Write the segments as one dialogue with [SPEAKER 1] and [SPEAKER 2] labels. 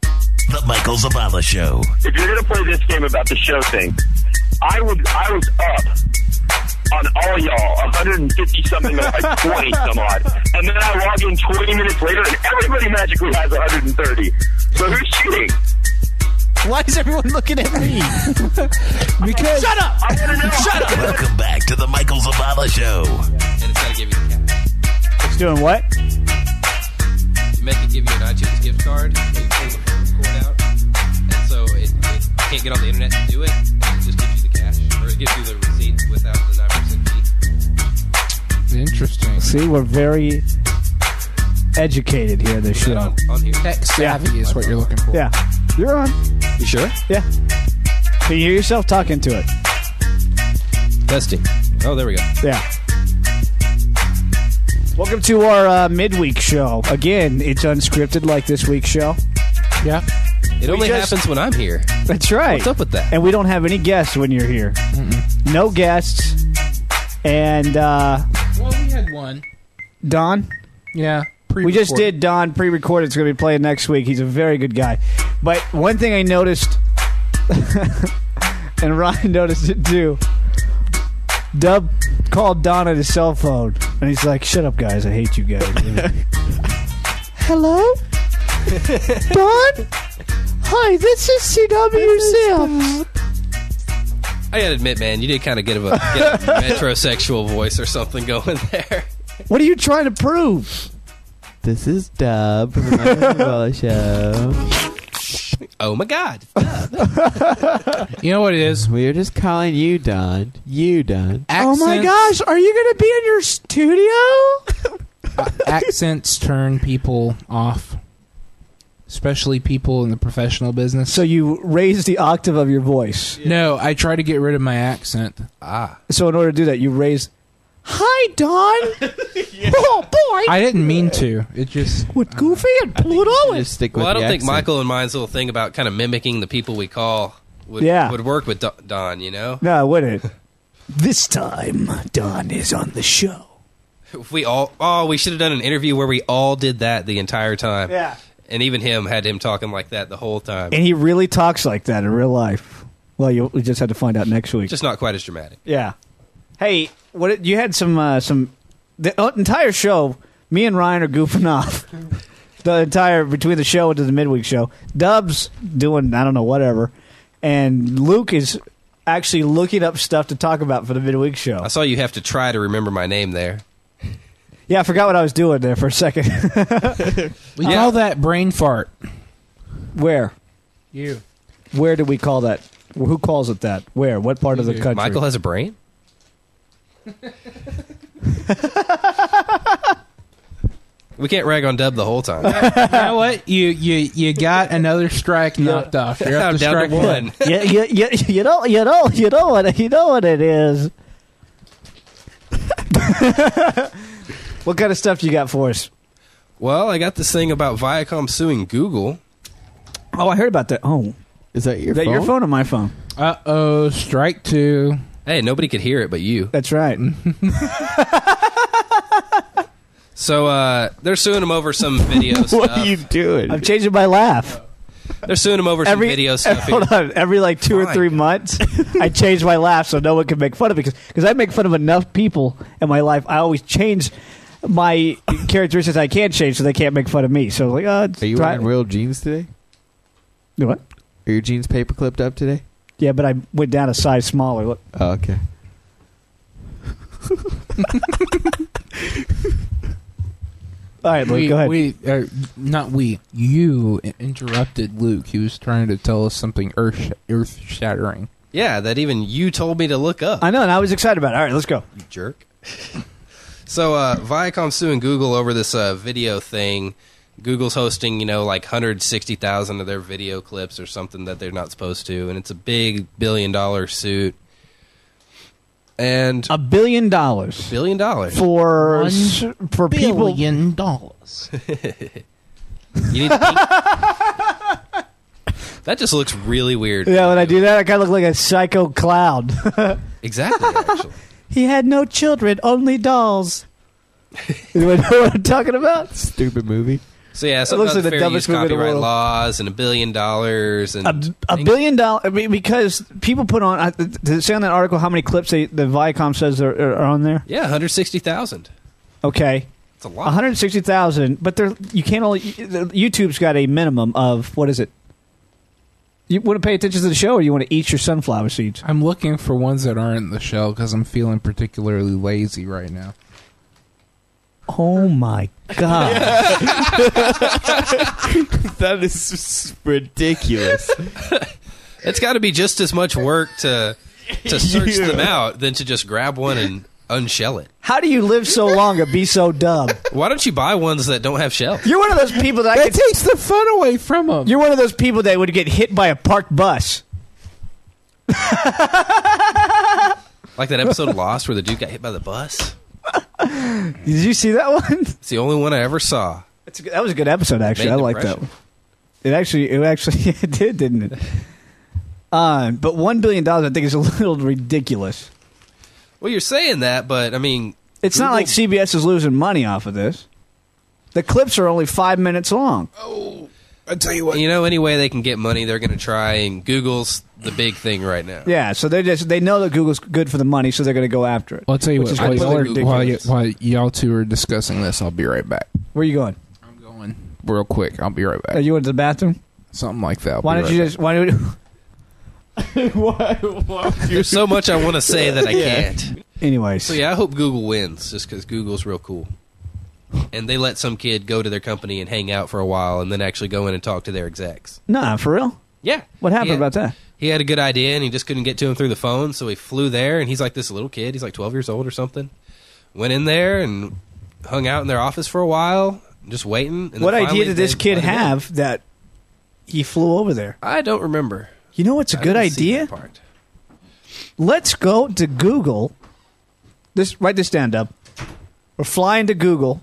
[SPEAKER 1] The Michael Zavala Show.
[SPEAKER 2] If you're gonna play this game about the show thing, I would I was up on all y'all, 150 something, like 20 some odd, and then I log in 20 minutes later, and everybody magically has 130. So who's cheating?
[SPEAKER 3] Why is everyone looking at me?
[SPEAKER 4] because
[SPEAKER 3] Shut up!
[SPEAKER 2] I want to know.
[SPEAKER 3] Shut up!
[SPEAKER 1] Welcome back to The Michael Zavala Show.
[SPEAKER 5] And it's gotta give you the cat.
[SPEAKER 4] it's doing what?
[SPEAKER 5] You meant to give you an iTunes gift card. and You pull the cord out, and so it, it can't get on the internet to do it. And it just gives you the cash, or it gives you the receipt without the nine percent fee.
[SPEAKER 6] Interesting.
[SPEAKER 4] See, we're very educated here this
[SPEAKER 5] Put that
[SPEAKER 4] show.
[SPEAKER 5] on, on here.
[SPEAKER 6] Tech savvy is what you're looking for.
[SPEAKER 4] Yeah. You're on.
[SPEAKER 6] You sure?
[SPEAKER 4] Yeah. Can you hear yourself talking to it?
[SPEAKER 5] Testing. Oh, there we go.
[SPEAKER 4] Yeah. Welcome to our uh, midweek show. Again, it's unscripted like this week's show.
[SPEAKER 6] Yeah.
[SPEAKER 5] It only
[SPEAKER 4] just-
[SPEAKER 5] happens when I'm here.
[SPEAKER 4] That's right.
[SPEAKER 5] What's up with that?
[SPEAKER 4] And we don't have any guests when you're here. No guests. And uh,
[SPEAKER 6] Well, we had one.
[SPEAKER 4] Don,
[SPEAKER 6] Yeah.
[SPEAKER 4] we just did Don pre-recorded. It's going to be playing next week. He's a very good guy. But one thing I noticed, and Ryan noticed it too. Dub called Don on his cell phone, and he's like, "Shut up, guys! I hate you guys." Hello, Don. Hi, this is CW Sims.
[SPEAKER 5] I gotta admit, man, you did kind of get a, get a metrosexual voice or something going there.
[SPEAKER 4] What are you trying to prove?
[SPEAKER 7] This is Dub from the Michael Zavala Show.
[SPEAKER 5] Oh my God!
[SPEAKER 6] You know what it is?
[SPEAKER 7] We are just calling you Don. You Don.
[SPEAKER 6] Accents,
[SPEAKER 4] Oh my gosh, are you going to be in your studio?
[SPEAKER 6] accents turn people off, especially people in the professional business.
[SPEAKER 4] So you raise the octave of your voice.
[SPEAKER 6] no, I try to get rid of my accent.
[SPEAKER 4] So in order to do that, you raise. Hi, Don. Oh boy,
[SPEAKER 6] I didn't mean to. It just
[SPEAKER 4] with Goofy and Pluto and
[SPEAKER 7] Just stick with
[SPEAKER 5] Well, I don't
[SPEAKER 7] the
[SPEAKER 5] think
[SPEAKER 7] accent.
[SPEAKER 5] Michael and mine's little thing about kind of mimicking the people we call would
[SPEAKER 4] Yeah.
[SPEAKER 5] would work with Do- Don. You know,
[SPEAKER 4] no, I wouldn't. This time, Don is on the show.
[SPEAKER 5] if we all oh we should have done an interview where we all did that the entire time.
[SPEAKER 4] Yeah.
[SPEAKER 5] and even him had him talking like that the whole time.
[SPEAKER 4] And he really talks like that in real life. Well, you we just had to find out next week.
[SPEAKER 5] Just not quite as dramatic.
[SPEAKER 4] yeah. Hey, what you had some uh, some the uh, entire show. Me and Ryan are goofing off. the entire between the show and the midweek show. Dub's doing I don't know whatever, and Luke is actually looking up stuff to talk about for the midweek show.
[SPEAKER 5] I saw you have to try to remember my name there.
[SPEAKER 4] Yeah, I forgot what I was doing there for a second.
[SPEAKER 6] we call that brain fart.
[SPEAKER 4] Where?
[SPEAKER 6] You.
[SPEAKER 4] Where do we call that? Who calls it that? Where? What part of the country?
[SPEAKER 5] Michael has a brain. we can't rag on Dub the whole time.
[SPEAKER 6] you know what? You you you got another strike knocked off. You're up
[SPEAKER 5] I'm
[SPEAKER 6] to
[SPEAKER 5] down
[SPEAKER 6] strike
[SPEAKER 5] to one.
[SPEAKER 4] you, you, you, you know you know you know what you know what it is. what kind of stuff you got for us?
[SPEAKER 5] Well, I got this thing about Viacom suing Google.
[SPEAKER 4] Oh, I heard about that. Oh,
[SPEAKER 7] Is that your
[SPEAKER 4] is that
[SPEAKER 7] phone?
[SPEAKER 4] your phone or my phone?
[SPEAKER 6] Uh oh, strike two.
[SPEAKER 5] Hey, nobody could hear it but you.
[SPEAKER 4] That's right.
[SPEAKER 5] So uh, they're suing him over some video
[SPEAKER 7] What
[SPEAKER 5] stuff.
[SPEAKER 7] are you doing?
[SPEAKER 4] I'm changing my laugh.
[SPEAKER 5] They're suing him over some
[SPEAKER 4] Every
[SPEAKER 5] video stuff. here.
[SPEAKER 4] hold on, every like two or
[SPEAKER 5] Fine.
[SPEAKER 4] three months, I change my laugh so no one can make fun of me because I make fun of enough people in my life. I always change my characteristics I can change so they can't make fun of me. So like, uh,
[SPEAKER 7] are you
[SPEAKER 4] try-
[SPEAKER 7] wearing real jeans today?
[SPEAKER 4] You what?
[SPEAKER 7] Are your jeans paper clipped up today?
[SPEAKER 4] Yeah, but I went down a size smaller. Look.
[SPEAKER 7] Oh, okay.
[SPEAKER 4] All right, Luke,
[SPEAKER 6] we,
[SPEAKER 4] go ahead.
[SPEAKER 6] we uh, not we. You interrupted Luke. He was trying to tell us something earth earth shattering.
[SPEAKER 5] Yeah, that even you told me to look up.
[SPEAKER 4] I know, and I was excited about it. All right, let's go.
[SPEAKER 5] you jerk. so uh, Viacom suing Google over this uh, video thing. Google's hosting, you know, like 160,000 of their video clips or something that they're not supposed to, and it's a big billion dollar suit. And
[SPEAKER 4] A billion dollars
[SPEAKER 5] billion dollars.
[SPEAKER 4] for
[SPEAKER 6] One
[SPEAKER 4] s- for people.
[SPEAKER 6] Billion dollars.
[SPEAKER 5] You need to that just looks really weird.
[SPEAKER 4] Yeah, when I do that, I kind of look like a psycho clown.
[SPEAKER 5] Exactly, actually.
[SPEAKER 4] he had no children, only dolls. you know what I'm talking about?
[SPEAKER 7] Stupid movie.
[SPEAKER 5] So yeah, so
[SPEAKER 4] looks like
[SPEAKER 5] about
[SPEAKER 4] the
[SPEAKER 5] fair use
[SPEAKER 4] dumbest movie in the
[SPEAKER 5] copyright
[SPEAKER 4] world.
[SPEAKER 5] laws and a billion dollars and
[SPEAKER 4] a, a
[SPEAKER 5] things-
[SPEAKER 4] billion dollar I mean, because people put on. I- Did it say on that article how many clips they, the Viacom says are, are are on there?
[SPEAKER 5] Yeah, one hundred sixty thousand.
[SPEAKER 4] Okay,
[SPEAKER 5] It's a lot.
[SPEAKER 4] one hundred sixty thousand. But they're you can't only YouTube's got a minimum of what is it? You want to pay attention to the show, or you want to eat your sunflower seeds?
[SPEAKER 6] I'm looking for ones that aren't in the shell because I'm feeling particularly lazy right now.
[SPEAKER 4] Oh my god!
[SPEAKER 7] that is s- ridiculous.
[SPEAKER 5] It's got to be just as much work to to search them out than to just grab one and unshell it.
[SPEAKER 4] How do you live so long and be so dumb?
[SPEAKER 5] Why don't you buy ones that don't have shells?
[SPEAKER 4] You're one of those people that I
[SPEAKER 6] That
[SPEAKER 4] could,
[SPEAKER 6] takes the fun away from them.
[SPEAKER 4] you're one of those people that would get hit by a parked bus.
[SPEAKER 5] Like that episode of Lost where the dude got hit by the bus.
[SPEAKER 4] Did you see that one?
[SPEAKER 5] It's the only one I ever saw.
[SPEAKER 4] That's a good, that was a good episode, actually.
[SPEAKER 5] Made
[SPEAKER 4] I
[SPEAKER 5] an
[SPEAKER 4] like that
[SPEAKER 5] impression.
[SPEAKER 4] one. It actually, it actually it did, didn't it? Um, but one billion dollars, I think, is a little ridiculous.
[SPEAKER 5] Well, you're saying that, but I mean,
[SPEAKER 4] It's not
[SPEAKER 5] Google-
[SPEAKER 4] like CBS is losing money off of this. The clips are only five minutes long.
[SPEAKER 6] I tell you what.
[SPEAKER 5] you know, any way they can get money, they're going to try. And Google's the big thing right now.
[SPEAKER 4] Yeah, so they just they know that Google's good for the money, so they're going to go after it.
[SPEAKER 6] I'll tell you
[SPEAKER 4] Which
[SPEAKER 6] what.
[SPEAKER 4] is
[SPEAKER 6] While y'all, are,
[SPEAKER 4] completely
[SPEAKER 6] while, y-
[SPEAKER 4] ridiculous.
[SPEAKER 6] while y'all two are discussing this, I'll be right back.
[SPEAKER 4] Where are you going?
[SPEAKER 6] I'm going real quick. I'll be right
[SPEAKER 4] Are
[SPEAKER 6] back.
[SPEAKER 4] you into the bathroom?
[SPEAKER 6] Something like that. I'll
[SPEAKER 4] Why
[SPEAKER 6] be
[SPEAKER 4] don't
[SPEAKER 6] right
[SPEAKER 4] you
[SPEAKER 6] back.
[SPEAKER 4] just why don't we,
[SPEAKER 5] There's so much I want to say that I can't.
[SPEAKER 4] anyways?
[SPEAKER 5] So yeah, I hope Google wins just because Google's real cool, and they let some kid go to their company and hang out for a while, and then actually go in and talk to their execs.
[SPEAKER 4] Nah, for real.
[SPEAKER 5] Yeah.
[SPEAKER 4] What happened
[SPEAKER 5] He had-
[SPEAKER 4] about that?
[SPEAKER 5] He had a good idea and he just couldn't get to him through the phone, so he flew there and he's like this little kid, he's like 12 years old or something. Went in there and hung out in their office for a while, just waiting. And then
[SPEAKER 4] What idea
[SPEAKER 5] finally
[SPEAKER 4] did this
[SPEAKER 5] they
[SPEAKER 4] kid
[SPEAKER 5] let him in.
[SPEAKER 4] have that he flew over there?
[SPEAKER 5] I don't remember.
[SPEAKER 4] You know what's a
[SPEAKER 5] I
[SPEAKER 4] good
[SPEAKER 5] didn't see
[SPEAKER 4] idea?
[SPEAKER 5] that part.
[SPEAKER 4] Let's go to Google. This write this down, Dub. We're flying to Google,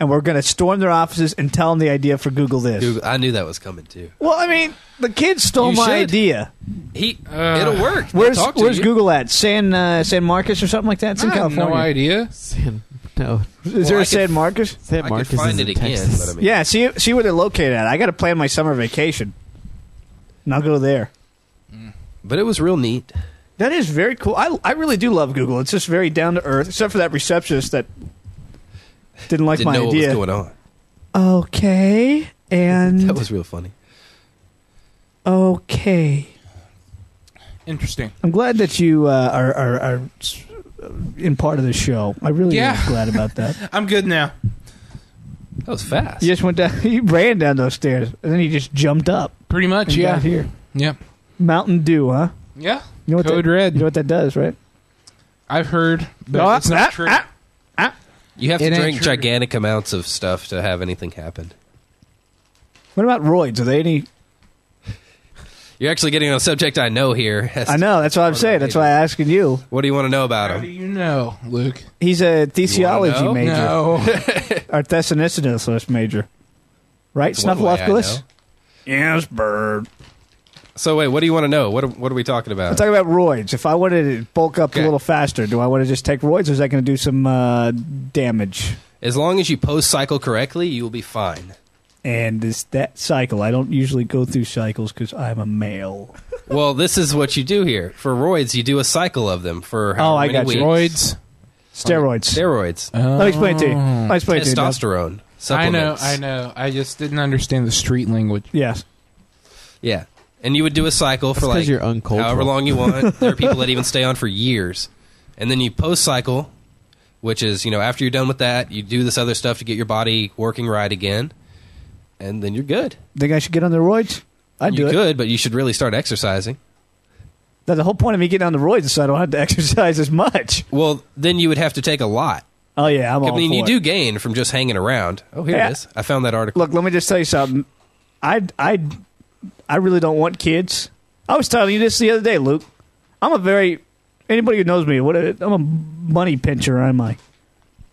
[SPEAKER 4] and we're going to storm their offices and tell them the idea for Google this.
[SPEAKER 5] Dude, I knew that was coming too.
[SPEAKER 4] Well, I mean, the kid stole
[SPEAKER 5] You
[SPEAKER 4] my
[SPEAKER 5] should.
[SPEAKER 4] idea.
[SPEAKER 5] He, uh, it'll work. They'll
[SPEAKER 4] Where's
[SPEAKER 5] talk to
[SPEAKER 4] Where's
[SPEAKER 5] you.
[SPEAKER 4] Google at? San uh, San Marcos or something like that? It's in
[SPEAKER 6] I have
[SPEAKER 4] California.
[SPEAKER 6] no idea.
[SPEAKER 7] Sam, no.
[SPEAKER 4] Is
[SPEAKER 5] Well,
[SPEAKER 4] there
[SPEAKER 5] I
[SPEAKER 4] a
[SPEAKER 5] could-
[SPEAKER 4] San Marcos?
[SPEAKER 7] Sam
[SPEAKER 5] I could
[SPEAKER 7] Marcus
[SPEAKER 5] find
[SPEAKER 7] is
[SPEAKER 5] it
[SPEAKER 7] in
[SPEAKER 5] again,
[SPEAKER 7] Texas.
[SPEAKER 5] but I mean,
[SPEAKER 4] Yeah, see see where they're located at. I got to plan my summer vacation, and I'll go there.
[SPEAKER 5] but it was real neat.
[SPEAKER 4] That is very cool. I, I really do love Google. It's just very down to earth, except for that receptionist that didn't like
[SPEAKER 5] Didn't
[SPEAKER 4] my
[SPEAKER 5] know
[SPEAKER 4] idea.
[SPEAKER 5] what was going on.
[SPEAKER 4] Okay, and
[SPEAKER 5] That was real funny.
[SPEAKER 4] okay.
[SPEAKER 6] Interesting.
[SPEAKER 4] I'm glad that you uh, are, are are s- uh, in part of the show. I really
[SPEAKER 6] Yeah.
[SPEAKER 4] am glad about that.
[SPEAKER 6] I'm good now.
[SPEAKER 5] That was fast.
[SPEAKER 4] you just went down. You ran down those stairs, and then you just jumped up.
[SPEAKER 6] Pretty much,
[SPEAKER 4] And
[SPEAKER 6] yeah.
[SPEAKER 4] got here.
[SPEAKER 6] Yeah.
[SPEAKER 4] Mountain Dew, huh?
[SPEAKER 6] Yeah.
[SPEAKER 4] You know what
[SPEAKER 6] Code
[SPEAKER 4] that,
[SPEAKER 6] Red.
[SPEAKER 4] You know what that does, right?
[SPEAKER 6] I've heard, but
[SPEAKER 4] No,
[SPEAKER 6] it's not
[SPEAKER 4] ah,
[SPEAKER 6] true.
[SPEAKER 4] ah.
[SPEAKER 5] You have to
[SPEAKER 6] It ain't
[SPEAKER 5] drink
[SPEAKER 6] true.
[SPEAKER 5] gigantic amounts of stuff to have anything happen.
[SPEAKER 4] What about roids? Are they any?
[SPEAKER 5] You're actually getting on a subject I know here.
[SPEAKER 4] I know. That's what I'm saying. That's why I'm asking you.
[SPEAKER 5] What do you want to know about
[SPEAKER 6] How do
[SPEAKER 5] him?
[SPEAKER 6] you know, Luke?
[SPEAKER 4] He's a
[SPEAKER 5] You
[SPEAKER 4] theology
[SPEAKER 5] wanna
[SPEAKER 4] major.
[SPEAKER 6] No.
[SPEAKER 4] Or Thessalonicus major. Right?
[SPEAKER 5] It's one way I
[SPEAKER 4] Snuffleupagus?
[SPEAKER 5] know.
[SPEAKER 4] Yes, bird.
[SPEAKER 5] So wait, what do you want to know? What are, what are we talking about?
[SPEAKER 4] I'm talking about roids. If I wanted to bulk up
[SPEAKER 5] Okay.
[SPEAKER 4] a little faster, do I want to just take roids or is that going to do some uh, damage?
[SPEAKER 5] as long as you post cycle correctly, you will be fine.
[SPEAKER 4] And is that cycle? I don't usually go through cycles because I'm a male.
[SPEAKER 5] Well, this is what you do here. For roids, you do a cycle of them for how
[SPEAKER 4] Oh, I
[SPEAKER 5] many
[SPEAKER 4] got you. Uh-huh.
[SPEAKER 5] weeks.
[SPEAKER 6] Steroids.
[SPEAKER 4] Steroids.
[SPEAKER 5] Steroids.
[SPEAKER 4] Let me explain it to you.
[SPEAKER 5] Mm.
[SPEAKER 4] I'll explain it to you. Doc.
[SPEAKER 5] Testosterone.
[SPEAKER 6] I know,
[SPEAKER 5] Supplements.
[SPEAKER 6] I know. I just didn't understand the street language.
[SPEAKER 4] Yes.
[SPEAKER 5] Yeah. And you would do a cycle for
[SPEAKER 7] 'cause
[SPEAKER 5] like
[SPEAKER 7] you're uncultural.
[SPEAKER 5] however long you want. there are people that even stay on for years. And then you post cycle, which is, you know, after you're done with that, you do this other stuff to get your body working right again. And then you're good.
[SPEAKER 4] Think I should get on the roids? I'd
[SPEAKER 5] you
[SPEAKER 4] do it.
[SPEAKER 5] could, but you should really start exercising.
[SPEAKER 4] That's the whole point of me getting on the roids is so I don't have to exercise as much.
[SPEAKER 5] Well, then you would have to take a lot.
[SPEAKER 4] Oh, yeah. I'm all
[SPEAKER 5] I mean,
[SPEAKER 4] for
[SPEAKER 5] you
[SPEAKER 4] it.
[SPEAKER 5] do gain from just hanging around. Oh, here
[SPEAKER 4] Yeah.
[SPEAKER 5] it is. I found that article.
[SPEAKER 4] look, let me just tell you something. I I I really don't want kids. I was telling you this the other day, Luke. I'm a very anybody who knows me, what a, I'm a money pincher, am I?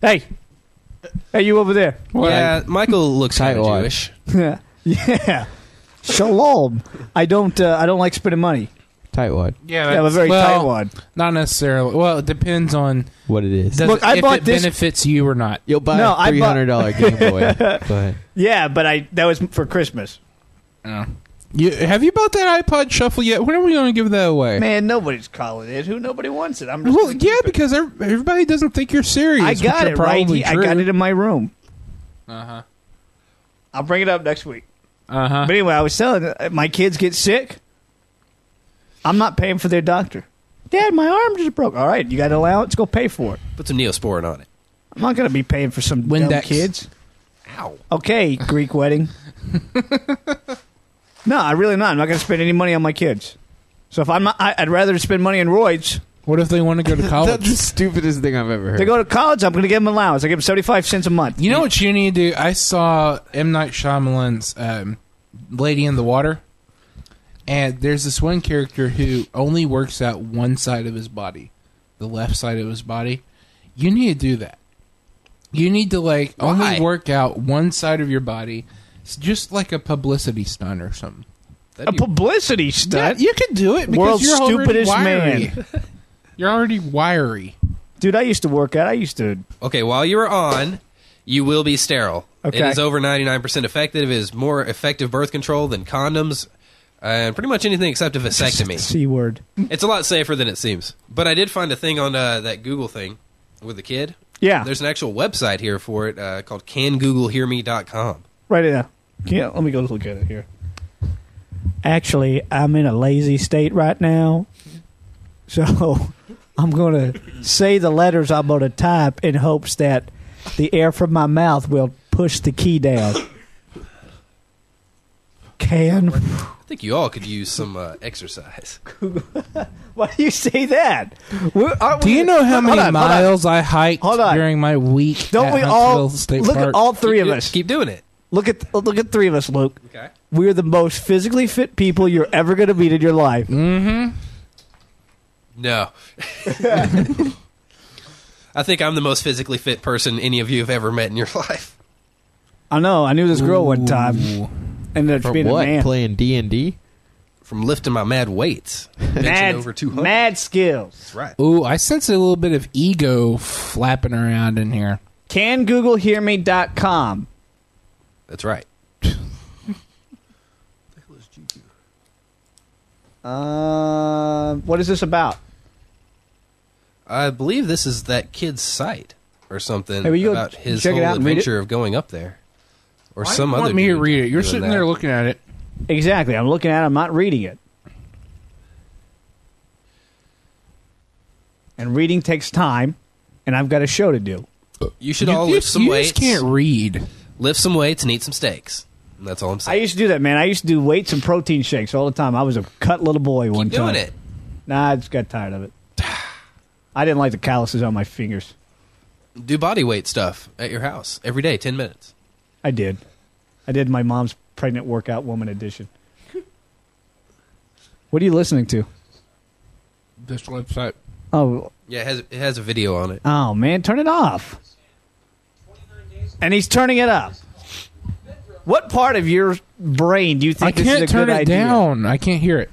[SPEAKER 4] Hey, hey, you over there?
[SPEAKER 5] yeah, Michael looks kind of
[SPEAKER 7] Tightwad.
[SPEAKER 5] Jewish.
[SPEAKER 4] yeah, yeah. Shalom. I don't uh, I don't like spending money.
[SPEAKER 7] Tightwad.
[SPEAKER 6] Yeah,
[SPEAKER 4] Yeah, a very
[SPEAKER 6] well,
[SPEAKER 4] tight one.
[SPEAKER 6] Not necessarily. Well, it depends on
[SPEAKER 7] What it is?
[SPEAKER 6] does,
[SPEAKER 4] Look, I
[SPEAKER 6] if
[SPEAKER 4] bought
[SPEAKER 6] it
[SPEAKER 4] this-
[SPEAKER 6] benefits you or not.
[SPEAKER 7] You'll buy
[SPEAKER 4] No,
[SPEAKER 7] a
[SPEAKER 4] I
[SPEAKER 7] three
[SPEAKER 4] bought-
[SPEAKER 7] hundred dollar Game Boy. but
[SPEAKER 4] Yeah, but I that was for Christmas.
[SPEAKER 6] You, have you bought that iPod Shuffle yet? When are we going to give that away?
[SPEAKER 4] Man, nobody's calling it. Who nobody wants it. I'm just
[SPEAKER 6] Well,
[SPEAKER 4] gonna
[SPEAKER 6] yeah,
[SPEAKER 4] keep it.
[SPEAKER 6] because ev- everybody doesn't think you're serious.
[SPEAKER 4] I got it right. here. I got it in my room.
[SPEAKER 6] Uh huh.
[SPEAKER 4] I'll bring it up next week.
[SPEAKER 6] Uh huh.
[SPEAKER 4] But anyway, I was telling uh, my kids get sick. I'm not paying for their doctor. Dad, my arm just broke. All right, you got an allowance. Go pay for it.
[SPEAKER 5] Put some Neosporin on it.
[SPEAKER 4] I'm not going to be paying for some dumb
[SPEAKER 6] Windex.
[SPEAKER 4] kids.
[SPEAKER 5] Ow.
[SPEAKER 4] Okay, Greek wedding. no, I really not. I'm not going to spend any money on my kids. So if I'm, not, I, I'd rather spend money on roids.
[SPEAKER 6] What if they want to go to
[SPEAKER 7] that's
[SPEAKER 6] college?
[SPEAKER 7] the stupidest thing I've ever heard.
[SPEAKER 4] They go to college. I'm going to give them allowance. I give them 75 cents a month.
[SPEAKER 6] you know what you need to do? I saw M Night Shyamalan's um, Lady in the Water, and there's this one character who only works out one side of his body, the left side of his body. You need to do that. You need to like
[SPEAKER 5] Why?
[SPEAKER 6] only work out one side of your body, It's just like a publicity stunt or something.
[SPEAKER 4] A publicity
[SPEAKER 6] Yeah,
[SPEAKER 4] stunt,
[SPEAKER 6] you can do it because
[SPEAKER 4] World's
[SPEAKER 6] you're already
[SPEAKER 4] stupidest
[SPEAKER 6] wiry.
[SPEAKER 4] man.
[SPEAKER 6] You're already wiry.
[SPEAKER 4] dude. I used to work out. I used to.
[SPEAKER 5] Okay, while you are on, you will be sterile. It
[SPEAKER 4] Okay.
[SPEAKER 5] is over 99% effective. It is more effective birth control than condoms and pretty much anything except a vasectomy.
[SPEAKER 4] C word.
[SPEAKER 5] it's a lot safer than it seems. But I did find a thing on uh, that Google thing with the kid.
[SPEAKER 4] Yeah,
[SPEAKER 5] There's an actual website here for it uh, called cangooglehearme.com.
[SPEAKER 4] Right now. Yeah, let me go look at it here. Actually, I'm in a lazy state right now. So I'm going to say the letters I'm going to type in hopes that the air from my mouth will push the key down. Can.
[SPEAKER 5] I think you all could use some uh, exercise.
[SPEAKER 4] Why do you say that? We're- aren't
[SPEAKER 6] Do
[SPEAKER 4] we-
[SPEAKER 6] you know how
[SPEAKER 4] Hold
[SPEAKER 6] many
[SPEAKER 4] on, hold on.
[SPEAKER 6] miles I hiked
[SPEAKER 4] Hold on.
[SPEAKER 6] during my week?
[SPEAKER 4] Don't
[SPEAKER 6] at
[SPEAKER 4] we all
[SPEAKER 6] Huntsville State
[SPEAKER 4] look
[SPEAKER 6] Park?
[SPEAKER 4] at all three
[SPEAKER 5] Keep
[SPEAKER 4] of
[SPEAKER 5] do-
[SPEAKER 4] us?
[SPEAKER 5] Keep doing it.
[SPEAKER 4] Look at look at three of us, Luke.
[SPEAKER 5] Okay.
[SPEAKER 4] We're the most physically fit people you're ever going to meet in your life.
[SPEAKER 5] No. I think I'm the most physically fit person any of you have ever met in your life.
[SPEAKER 4] I know. I knew this girl one time.
[SPEAKER 6] Ooh.
[SPEAKER 4] Ended up
[SPEAKER 7] for
[SPEAKER 4] being
[SPEAKER 7] what?
[SPEAKER 4] a man.
[SPEAKER 7] Playing D and D.
[SPEAKER 5] From lifting my mad weights. Benching
[SPEAKER 4] mad,
[SPEAKER 5] over 200.
[SPEAKER 4] mad skills.
[SPEAKER 5] That's right.
[SPEAKER 6] Ooh, I sense a little bit of ego flapping around in here.
[SPEAKER 4] Can Google hear me dot com.
[SPEAKER 5] That's right.
[SPEAKER 4] Uh, what is this about?
[SPEAKER 5] I believe this is that kid's site or something
[SPEAKER 4] Hey, will you go
[SPEAKER 5] about his
[SPEAKER 4] check it
[SPEAKER 5] whole
[SPEAKER 4] out and read
[SPEAKER 5] adventure of going up there, or
[SPEAKER 6] Why
[SPEAKER 5] some
[SPEAKER 6] do you
[SPEAKER 5] other.
[SPEAKER 6] want me to
[SPEAKER 5] dude
[SPEAKER 6] read it? You're
[SPEAKER 5] doing
[SPEAKER 6] sitting
[SPEAKER 5] that.
[SPEAKER 6] there looking at it.
[SPEAKER 4] Exactly. I'm looking at it. I'm not reading it. And reading takes time, and I've got a show to do.
[SPEAKER 5] You should
[SPEAKER 6] you
[SPEAKER 5] all
[SPEAKER 6] just,
[SPEAKER 5] lift some
[SPEAKER 6] you
[SPEAKER 5] weights.
[SPEAKER 6] just can't read.
[SPEAKER 5] Lift some weights and eat some steaks. And that's all I'm
[SPEAKER 4] I
[SPEAKER 5] saying.
[SPEAKER 4] used to do that, man. I used to do weights and protein shakes all the time. I was a cut little boy one
[SPEAKER 5] Keep doing
[SPEAKER 4] time.
[SPEAKER 5] it.
[SPEAKER 4] Nah, I just got tired of it. I didn't like the calluses on my fingers.
[SPEAKER 5] Do body weight stuff at your house every day, ten minutes.
[SPEAKER 4] I did. I did my mom's pregnant workout woman edition. What are you listening to?
[SPEAKER 6] This website.
[SPEAKER 4] Oh,
[SPEAKER 5] Yeah, it has it has a video on it.
[SPEAKER 4] oh man, turn it off. And he's turning it up. What part of your brain do you
[SPEAKER 6] I
[SPEAKER 4] think this is a
[SPEAKER 6] can't turn
[SPEAKER 4] good
[SPEAKER 6] it
[SPEAKER 4] idea?
[SPEAKER 6] down. I can't hear it.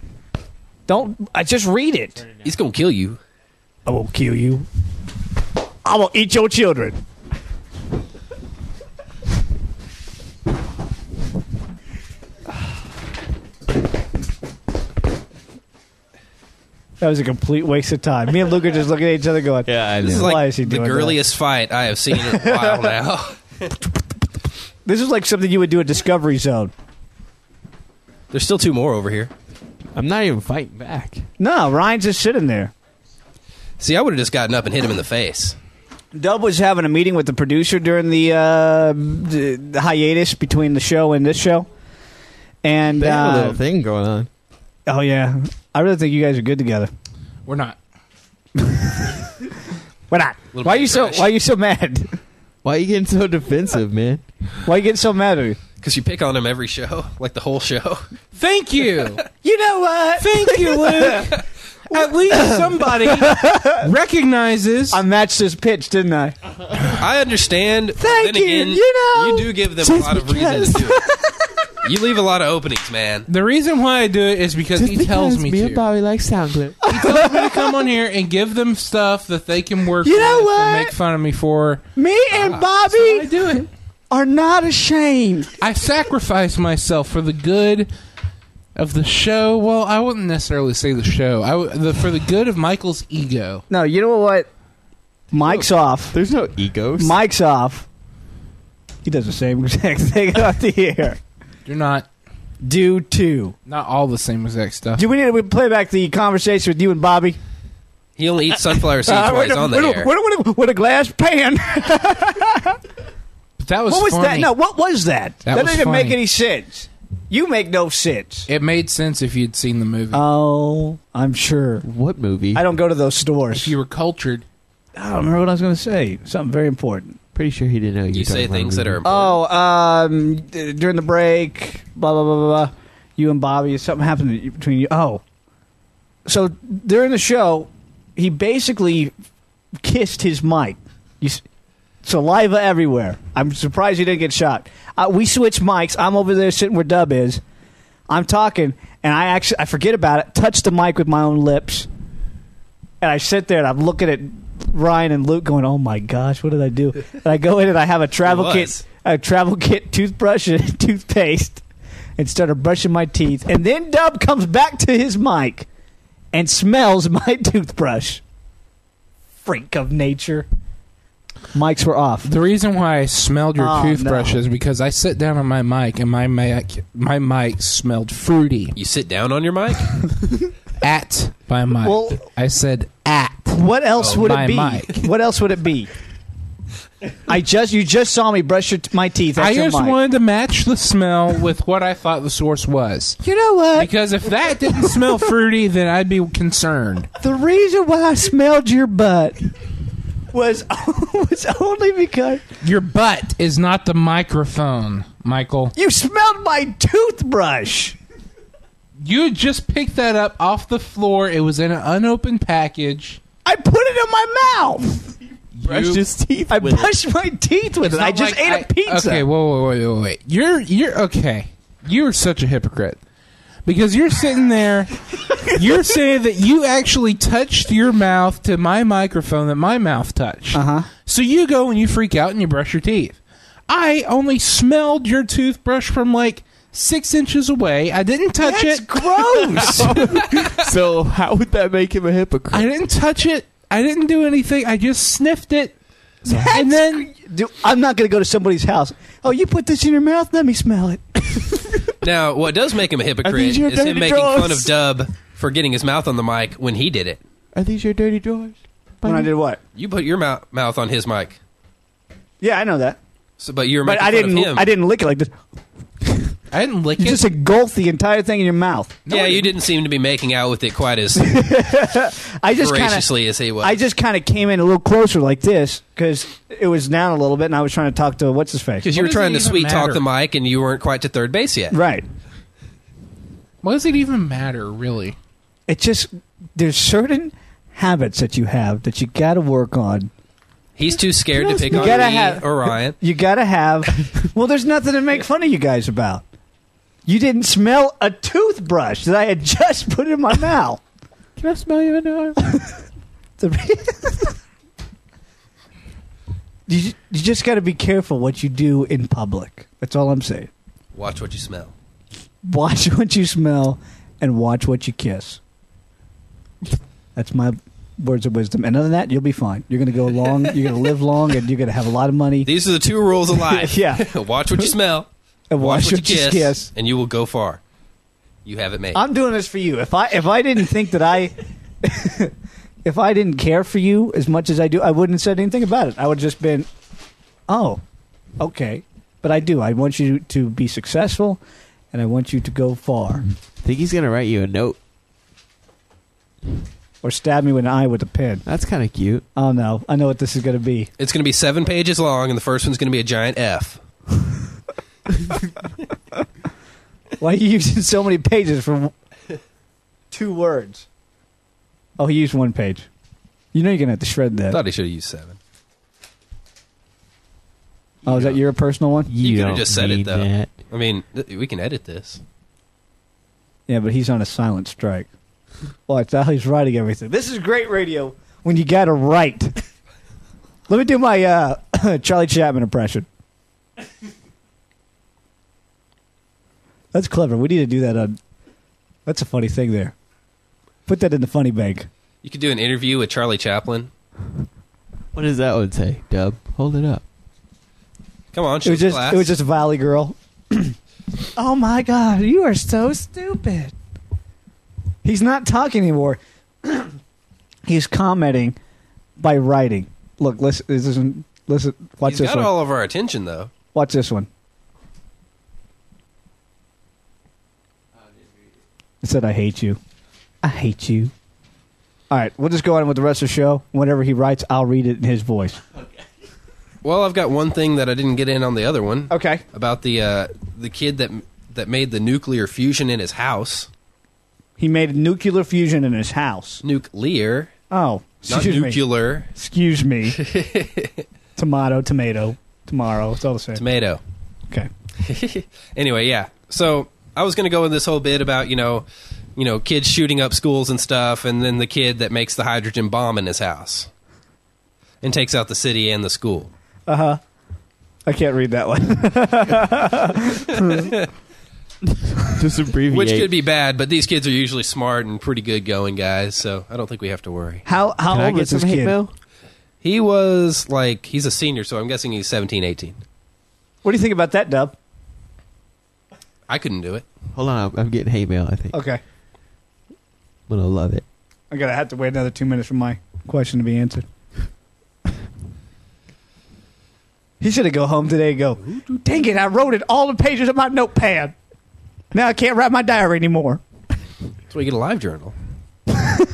[SPEAKER 4] Don't I just read it.
[SPEAKER 5] He's gonna kill you.
[SPEAKER 4] I will kill you. I will eat your children. That was a complete waste of time. Me and Luke are just looking at each other going,
[SPEAKER 7] Yeah, I
[SPEAKER 5] This is
[SPEAKER 7] know.
[SPEAKER 4] Why
[SPEAKER 5] like
[SPEAKER 4] is he
[SPEAKER 5] the
[SPEAKER 4] doing that?
[SPEAKER 5] girliest fight I have seen in a while now.
[SPEAKER 4] This is like something you would do at Discovery Zone.
[SPEAKER 5] There's still two more over here.
[SPEAKER 7] I'm not even fighting back.
[SPEAKER 4] No, Ryan's just sitting there.
[SPEAKER 5] See, I would have just gotten up and hit him in the face.
[SPEAKER 4] Dub was having a meeting with the producer during the, uh, d- the hiatus between the show and this show. And
[SPEAKER 7] They have a
[SPEAKER 4] uh,
[SPEAKER 7] little thing going on.
[SPEAKER 4] oh yeah, I really think you guys are good together.
[SPEAKER 6] We're not.
[SPEAKER 4] Why not?
[SPEAKER 5] Little
[SPEAKER 4] Why are
[SPEAKER 5] bit
[SPEAKER 4] you so
[SPEAKER 5] trash.
[SPEAKER 4] Why are you so mad?
[SPEAKER 7] Why are you getting so defensive, man?
[SPEAKER 4] Why you getting so mad at me?
[SPEAKER 5] Because you pick on him every show, like the whole show.
[SPEAKER 6] Thank you.
[SPEAKER 4] You know what?
[SPEAKER 6] Thank you, Luke. At least somebody recognizes.
[SPEAKER 4] I matched this pitch, didn't I?
[SPEAKER 5] I understand.
[SPEAKER 4] Thank you,
[SPEAKER 5] then Again,
[SPEAKER 4] you know.
[SPEAKER 5] you do give them a lot of reasons to do it. You leave a lot of openings, man.
[SPEAKER 6] The reason why I do it is because
[SPEAKER 7] Just
[SPEAKER 6] he tells
[SPEAKER 7] because
[SPEAKER 6] me,
[SPEAKER 7] me
[SPEAKER 6] to.
[SPEAKER 7] and Bobby like sound clip.
[SPEAKER 6] I'm gonna come on here and give them stuff that they can work.
[SPEAKER 4] You know
[SPEAKER 6] with
[SPEAKER 4] what?
[SPEAKER 6] And make fun of me for.
[SPEAKER 4] Me and
[SPEAKER 6] So I
[SPEAKER 4] Bobby
[SPEAKER 6] do it.
[SPEAKER 4] are not ashamed.
[SPEAKER 6] I sacrifice myself for the good of the show. Well, I wouldn't necessarily say the show. I w- the, for the good of Michael's ego.
[SPEAKER 4] No, you know what? Mike's off.
[SPEAKER 7] There's no egos.
[SPEAKER 4] Mike's off. He does the same exact thing on the air.
[SPEAKER 6] You're not
[SPEAKER 4] Do too.
[SPEAKER 6] not all the same exact stuff.
[SPEAKER 4] Do we need to play back the conversation with you and Bobby?
[SPEAKER 5] He only eats sunflower seeds
[SPEAKER 4] Uh,
[SPEAKER 5] while
[SPEAKER 4] with
[SPEAKER 5] he's
[SPEAKER 4] a-
[SPEAKER 5] on the
[SPEAKER 4] with a-
[SPEAKER 5] air.
[SPEAKER 4] with a- with a- With a glass pan.
[SPEAKER 6] But that was
[SPEAKER 4] What was that?
[SPEAKER 6] funny.
[SPEAKER 4] No, what was that?
[SPEAKER 6] That was
[SPEAKER 4] didn't make
[SPEAKER 6] funny.
[SPEAKER 4] any sense. You make no sense.
[SPEAKER 6] It made sense if you'd seen the movie.
[SPEAKER 4] Oh, I'm sure.
[SPEAKER 7] What movie?
[SPEAKER 4] I don't go to those stores.
[SPEAKER 6] if you were cultured,
[SPEAKER 4] I don't remember what I was going to say. Something very important.
[SPEAKER 7] Pretty sure he didn't know you.
[SPEAKER 5] you
[SPEAKER 7] were talking
[SPEAKER 5] say
[SPEAKER 7] about
[SPEAKER 5] things
[SPEAKER 7] a
[SPEAKER 5] that are
[SPEAKER 7] movie.
[SPEAKER 5] important.
[SPEAKER 4] Oh, um, d- during the break, blah blah blah blah. blah. You and Bobby, something happened between you. Oh, so during the show, he basically kissed his mic. You, s- saliva everywhere. I'm surprised he didn't get shot. Uh, we switched mics. I'm over there sitting where Dub is. I'm talking, and I actually I forget about it. Touch the mic with my own lips, and I sit there and I'm looking at Ryan and Luke, going, "Oh my gosh, what did I do?" And I go in and I have a travel
[SPEAKER 5] It
[SPEAKER 4] kit,
[SPEAKER 5] was.
[SPEAKER 4] a travel kit toothbrush and toothpaste, and started brushing my teeth. And then Dub comes back to his mic and smells my toothbrush. Freak of nature. Mics were off.
[SPEAKER 6] the reason why I smelled your
[SPEAKER 4] Oh,
[SPEAKER 6] toothbrush
[SPEAKER 4] no.
[SPEAKER 6] is because I sit down on my mic and my mic my mic smelled fruity
[SPEAKER 5] You sit down on your mic?
[SPEAKER 6] at my mic.
[SPEAKER 4] Well-
[SPEAKER 6] I said at.
[SPEAKER 4] What else
[SPEAKER 6] Oh,
[SPEAKER 4] would
[SPEAKER 6] my
[SPEAKER 4] it be?
[SPEAKER 6] mic.
[SPEAKER 4] What else would it be? I just you just saw me brush your, my teeth. At
[SPEAKER 6] I
[SPEAKER 4] your
[SPEAKER 6] just
[SPEAKER 4] mic.
[SPEAKER 6] wanted to match the smell with what I thought the source was.
[SPEAKER 4] You know what?
[SPEAKER 6] Because if that didn't smell fruity, then I'd be concerned.
[SPEAKER 4] The reason why I smelled your butt was was only because
[SPEAKER 6] Your butt is not the microphone, Michael.
[SPEAKER 4] you smelled my toothbrush.
[SPEAKER 6] You just picked that up off the floor. It was in an unopened package.
[SPEAKER 4] I put it in my mouth.
[SPEAKER 7] Brushed
[SPEAKER 6] You-
[SPEAKER 7] his teeth.
[SPEAKER 4] I
[SPEAKER 7] with it.
[SPEAKER 4] brushed my teeth with it. I
[SPEAKER 6] Not
[SPEAKER 4] just
[SPEAKER 6] like
[SPEAKER 4] ate a
[SPEAKER 6] I-
[SPEAKER 4] pizza.
[SPEAKER 6] Okay, whoa, whoa, wait, wait, wait. You're you're okay. You're such a hypocrite because you're sitting there. you're saying that you actually touched your mouth to my microphone that my mouth touched.
[SPEAKER 4] Uh-huh.
[SPEAKER 6] So you go and you freak out and you brush your teeth. I only smelled your toothbrush from like six inches away. I didn't touch
[SPEAKER 4] That's
[SPEAKER 6] it.
[SPEAKER 4] gross.
[SPEAKER 7] so how would that make him a hypocrite?
[SPEAKER 6] I didn't touch it. I didn't do anything. I just sniffed it. and then
[SPEAKER 4] Dude, I'm not going to go to somebody's house. Oh, you put this in your mouth. Let me smell it.
[SPEAKER 5] Now, what does make him a hypocrite
[SPEAKER 7] these your
[SPEAKER 5] is him
[SPEAKER 7] dirty
[SPEAKER 5] making
[SPEAKER 7] drawers?
[SPEAKER 5] fun of Dub for getting his mouth on the mic when he did it.
[SPEAKER 7] Are these your dirty drawers?
[SPEAKER 4] When I did what?
[SPEAKER 5] You put your mou- mouth on his mic.
[SPEAKER 4] Yeah, I know that.
[SPEAKER 5] So, but you were
[SPEAKER 4] But
[SPEAKER 5] making
[SPEAKER 4] I
[SPEAKER 5] fun
[SPEAKER 4] didn't.
[SPEAKER 5] of him.
[SPEAKER 4] I didn't lick it like this.
[SPEAKER 6] I didn't lick
[SPEAKER 4] You
[SPEAKER 6] it.
[SPEAKER 4] just engulfed the entire thing in your mouth.
[SPEAKER 5] yeah, you didn't seem to be making out with it quite as
[SPEAKER 4] I just kind of.
[SPEAKER 5] voraciously as he was.
[SPEAKER 4] I just kind of came in a little closer like this because it was down a little bit, and I was trying to talk to what's his face.
[SPEAKER 5] because you
[SPEAKER 6] What
[SPEAKER 5] were
[SPEAKER 6] does
[SPEAKER 5] trying
[SPEAKER 6] it
[SPEAKER 5] to
[SPEAKER 6] even
[SPEAKER 5] sweet talk
[SPEAKER 6] matter?
[SPEAKER 5] the mic and you weren't quite to third base yet.
[SPEAKER 4] Right.
[SPEAKER 6] Why does it even matter, really?
[SPEAKER 4] It just there's certain habits that you have that you got to work on.
[SPEAKER 5] He's too scared to pick
[SPEAKER 4] You
[SPEAKER 5] on
[SPEAKER 4] gotta
[SPEAKER 5] me
[SPEAKER 4] have-
[SPEAKER 5] or Ryan.
[SPEAKER 4] You got to have. well, there's nothing to make fun of you guys about. You didn't smell a toothbrush that I had just put in my mouth.
[SPEAKER 7] Can I smell your underarm?
[SPEAKER 4] The re- you, you just got to be careful what you do in public. That's all I'm saying.
[SPEAKER 5] Watch what you smell.
[SPEAKER 4] Watch what you smell and watch what you kiss. That's my words of wisdom. And other than that, you'll be fine. You're going to go long. You're going to live long, and you're going to have a lot of money.
[SPEAKER 5] These are the two rules of life.
[SPEAKER 4] Yeah.
[SPEAKER 5] Watch what you smell.
[SPEAKER 4] And watch what you kiss.
[SPEAKER 5] And you will go far. You have it made.
[SPEAKER 4] I'm doing this for you. If I if I didn't think that I if I didn't care for you as much as I do, I wouldn't have said anything about it. I would have just been, oh, okay. But I do. I want you to be successful, and I want you to go far.
[SPEAKER 7] think he's gonna write you a note.
[SPEAKER 4] Or stab me in the eye with a pen.
[SPEAKER 7] That's kind of cute.
[SPEAKER 4] Oh no, I know what this is going to be.
[SPEAKER 5] It's going to be seven pages long, and the first one's going to be a giant F.
[SPEAKER 4] Why are you using so many pages for w- two words? Oh, he used one page. You know you're going to have to shred
[SPEAKER 5] I
[SPEAKER 4] that.
[SPEAKER 5] thought he should have used seven.
[SPEAKER 4] Oh, is that your personal one?
[SPEAKER 7] You,
[SPEAKER 5] could've
[SPEAKER 7] don't
[SPEAKER 5] just said it,
[SPEAKER 7] need
[SPEAKER 5] though.
[SPEAKER 7] that.
[SPEAKER 5] I mean, th- we can edit this.
[SPEAKER 4] Yeah, but he's on a silent strike. Watch how he's writing everything. This is great radio when you gotta write. Let me do my uh, Charlie Chapman impression. That's clever. We need to do that on. That's a funny thing there. Put that in the funny bank.
[SPEAKER 5] You could do an interview with Charlie Chaplin.
[SPEAKER 7] What does that one say, Dub? Hold it up.
[SPEAKER 5] Come on,
[SPEAKER 4] It was
[SPEAKER 5] show
[SPEAKER 4] just
[SPEAKER 5] class.
[SPEAKER 4] it was just Valley Girl. oh my god, you are so stupid. He's not talking anymore. He's commenting by writing. Look, listen, this isn't, listen, watch
[SPEAKER 5] He's
[SPEAKER 4] this
[SPEAKER 5] got
[SPEAKER 4] one.
[SPEAKER 5] all of our attention though.
[SPEAKER 4] watch this one. It said, "I hate you. I hate you." All right, we'll just go on with the rest of the show. Whenever he writes, I'll read it in his voice.
[SPEAKER 5] Well, I've got one thing that I didn't get in on the other one
[SPEAKER 4] Okay.
[SPEAKER 5] about the uh, the kid that that made the nuclear fusion in his house.
[SPEAKER 4] He made nuclear fusion in his house.
[SPEAKER 5] Nuclear,
[SPEAKER 4] Oh,
[SPEAKER 5] not
[SPEAKER 4] excuse me.
[SPEAKER 5] nuclear.
[SPEAKER 4] Excuse me. tomato, tomato, tomorrow. It's all the same.
[SPEAKER 5] Tomato.
[SPEAKER 4] Okay.
[SPEAKER 5] anyway, yeah. So I was going to go in this whole bit about you know, you know, kids shooting up schools and stuff, and then the kid that makes the hydrogen bomb in his house and takes out the city and the school.
[SPEAKER 4] I can't read that one.
[SPEAKER 7] Just abbreviate.
[SPEAKER 5] Which could be bad, but these kids are usually smart and pretty good going guys, so I don't think we have to worry.
[SPEAKER 4] How how
[SPEAKER 7] Can I
[SPEAKER 4] old
[SPEAKER 7] get
[SPEAKER 4] is
[SPEAKER 7] some
[SPEAKER 4] this
[SPEAKER 7] hate
[SPEAKER 4] kid?
[SPEAKER 7] mail?
[SPEAKER 5] He was like he's a senior, so I'm guessing he's 17, 18.
[SPEAKER 4] What do you think about that, Dub?
[SPEAKER 5] I couldn't do it.
[SPEAKER 7] Hold on, I'm, I'm getting hate mail. I think
[SPEAKER 4] Okay.
[SPEAKER 7] I'm gonna love it.
[SPEAKER 4] I'm gonna have to wait another two minutes for my question to be answered. he should have go home today and go, dang it, I wrote it all the pages of my notepad. Now I can't write my diary anymore.
[SPEAKER 5] That's why you get a live journal. I've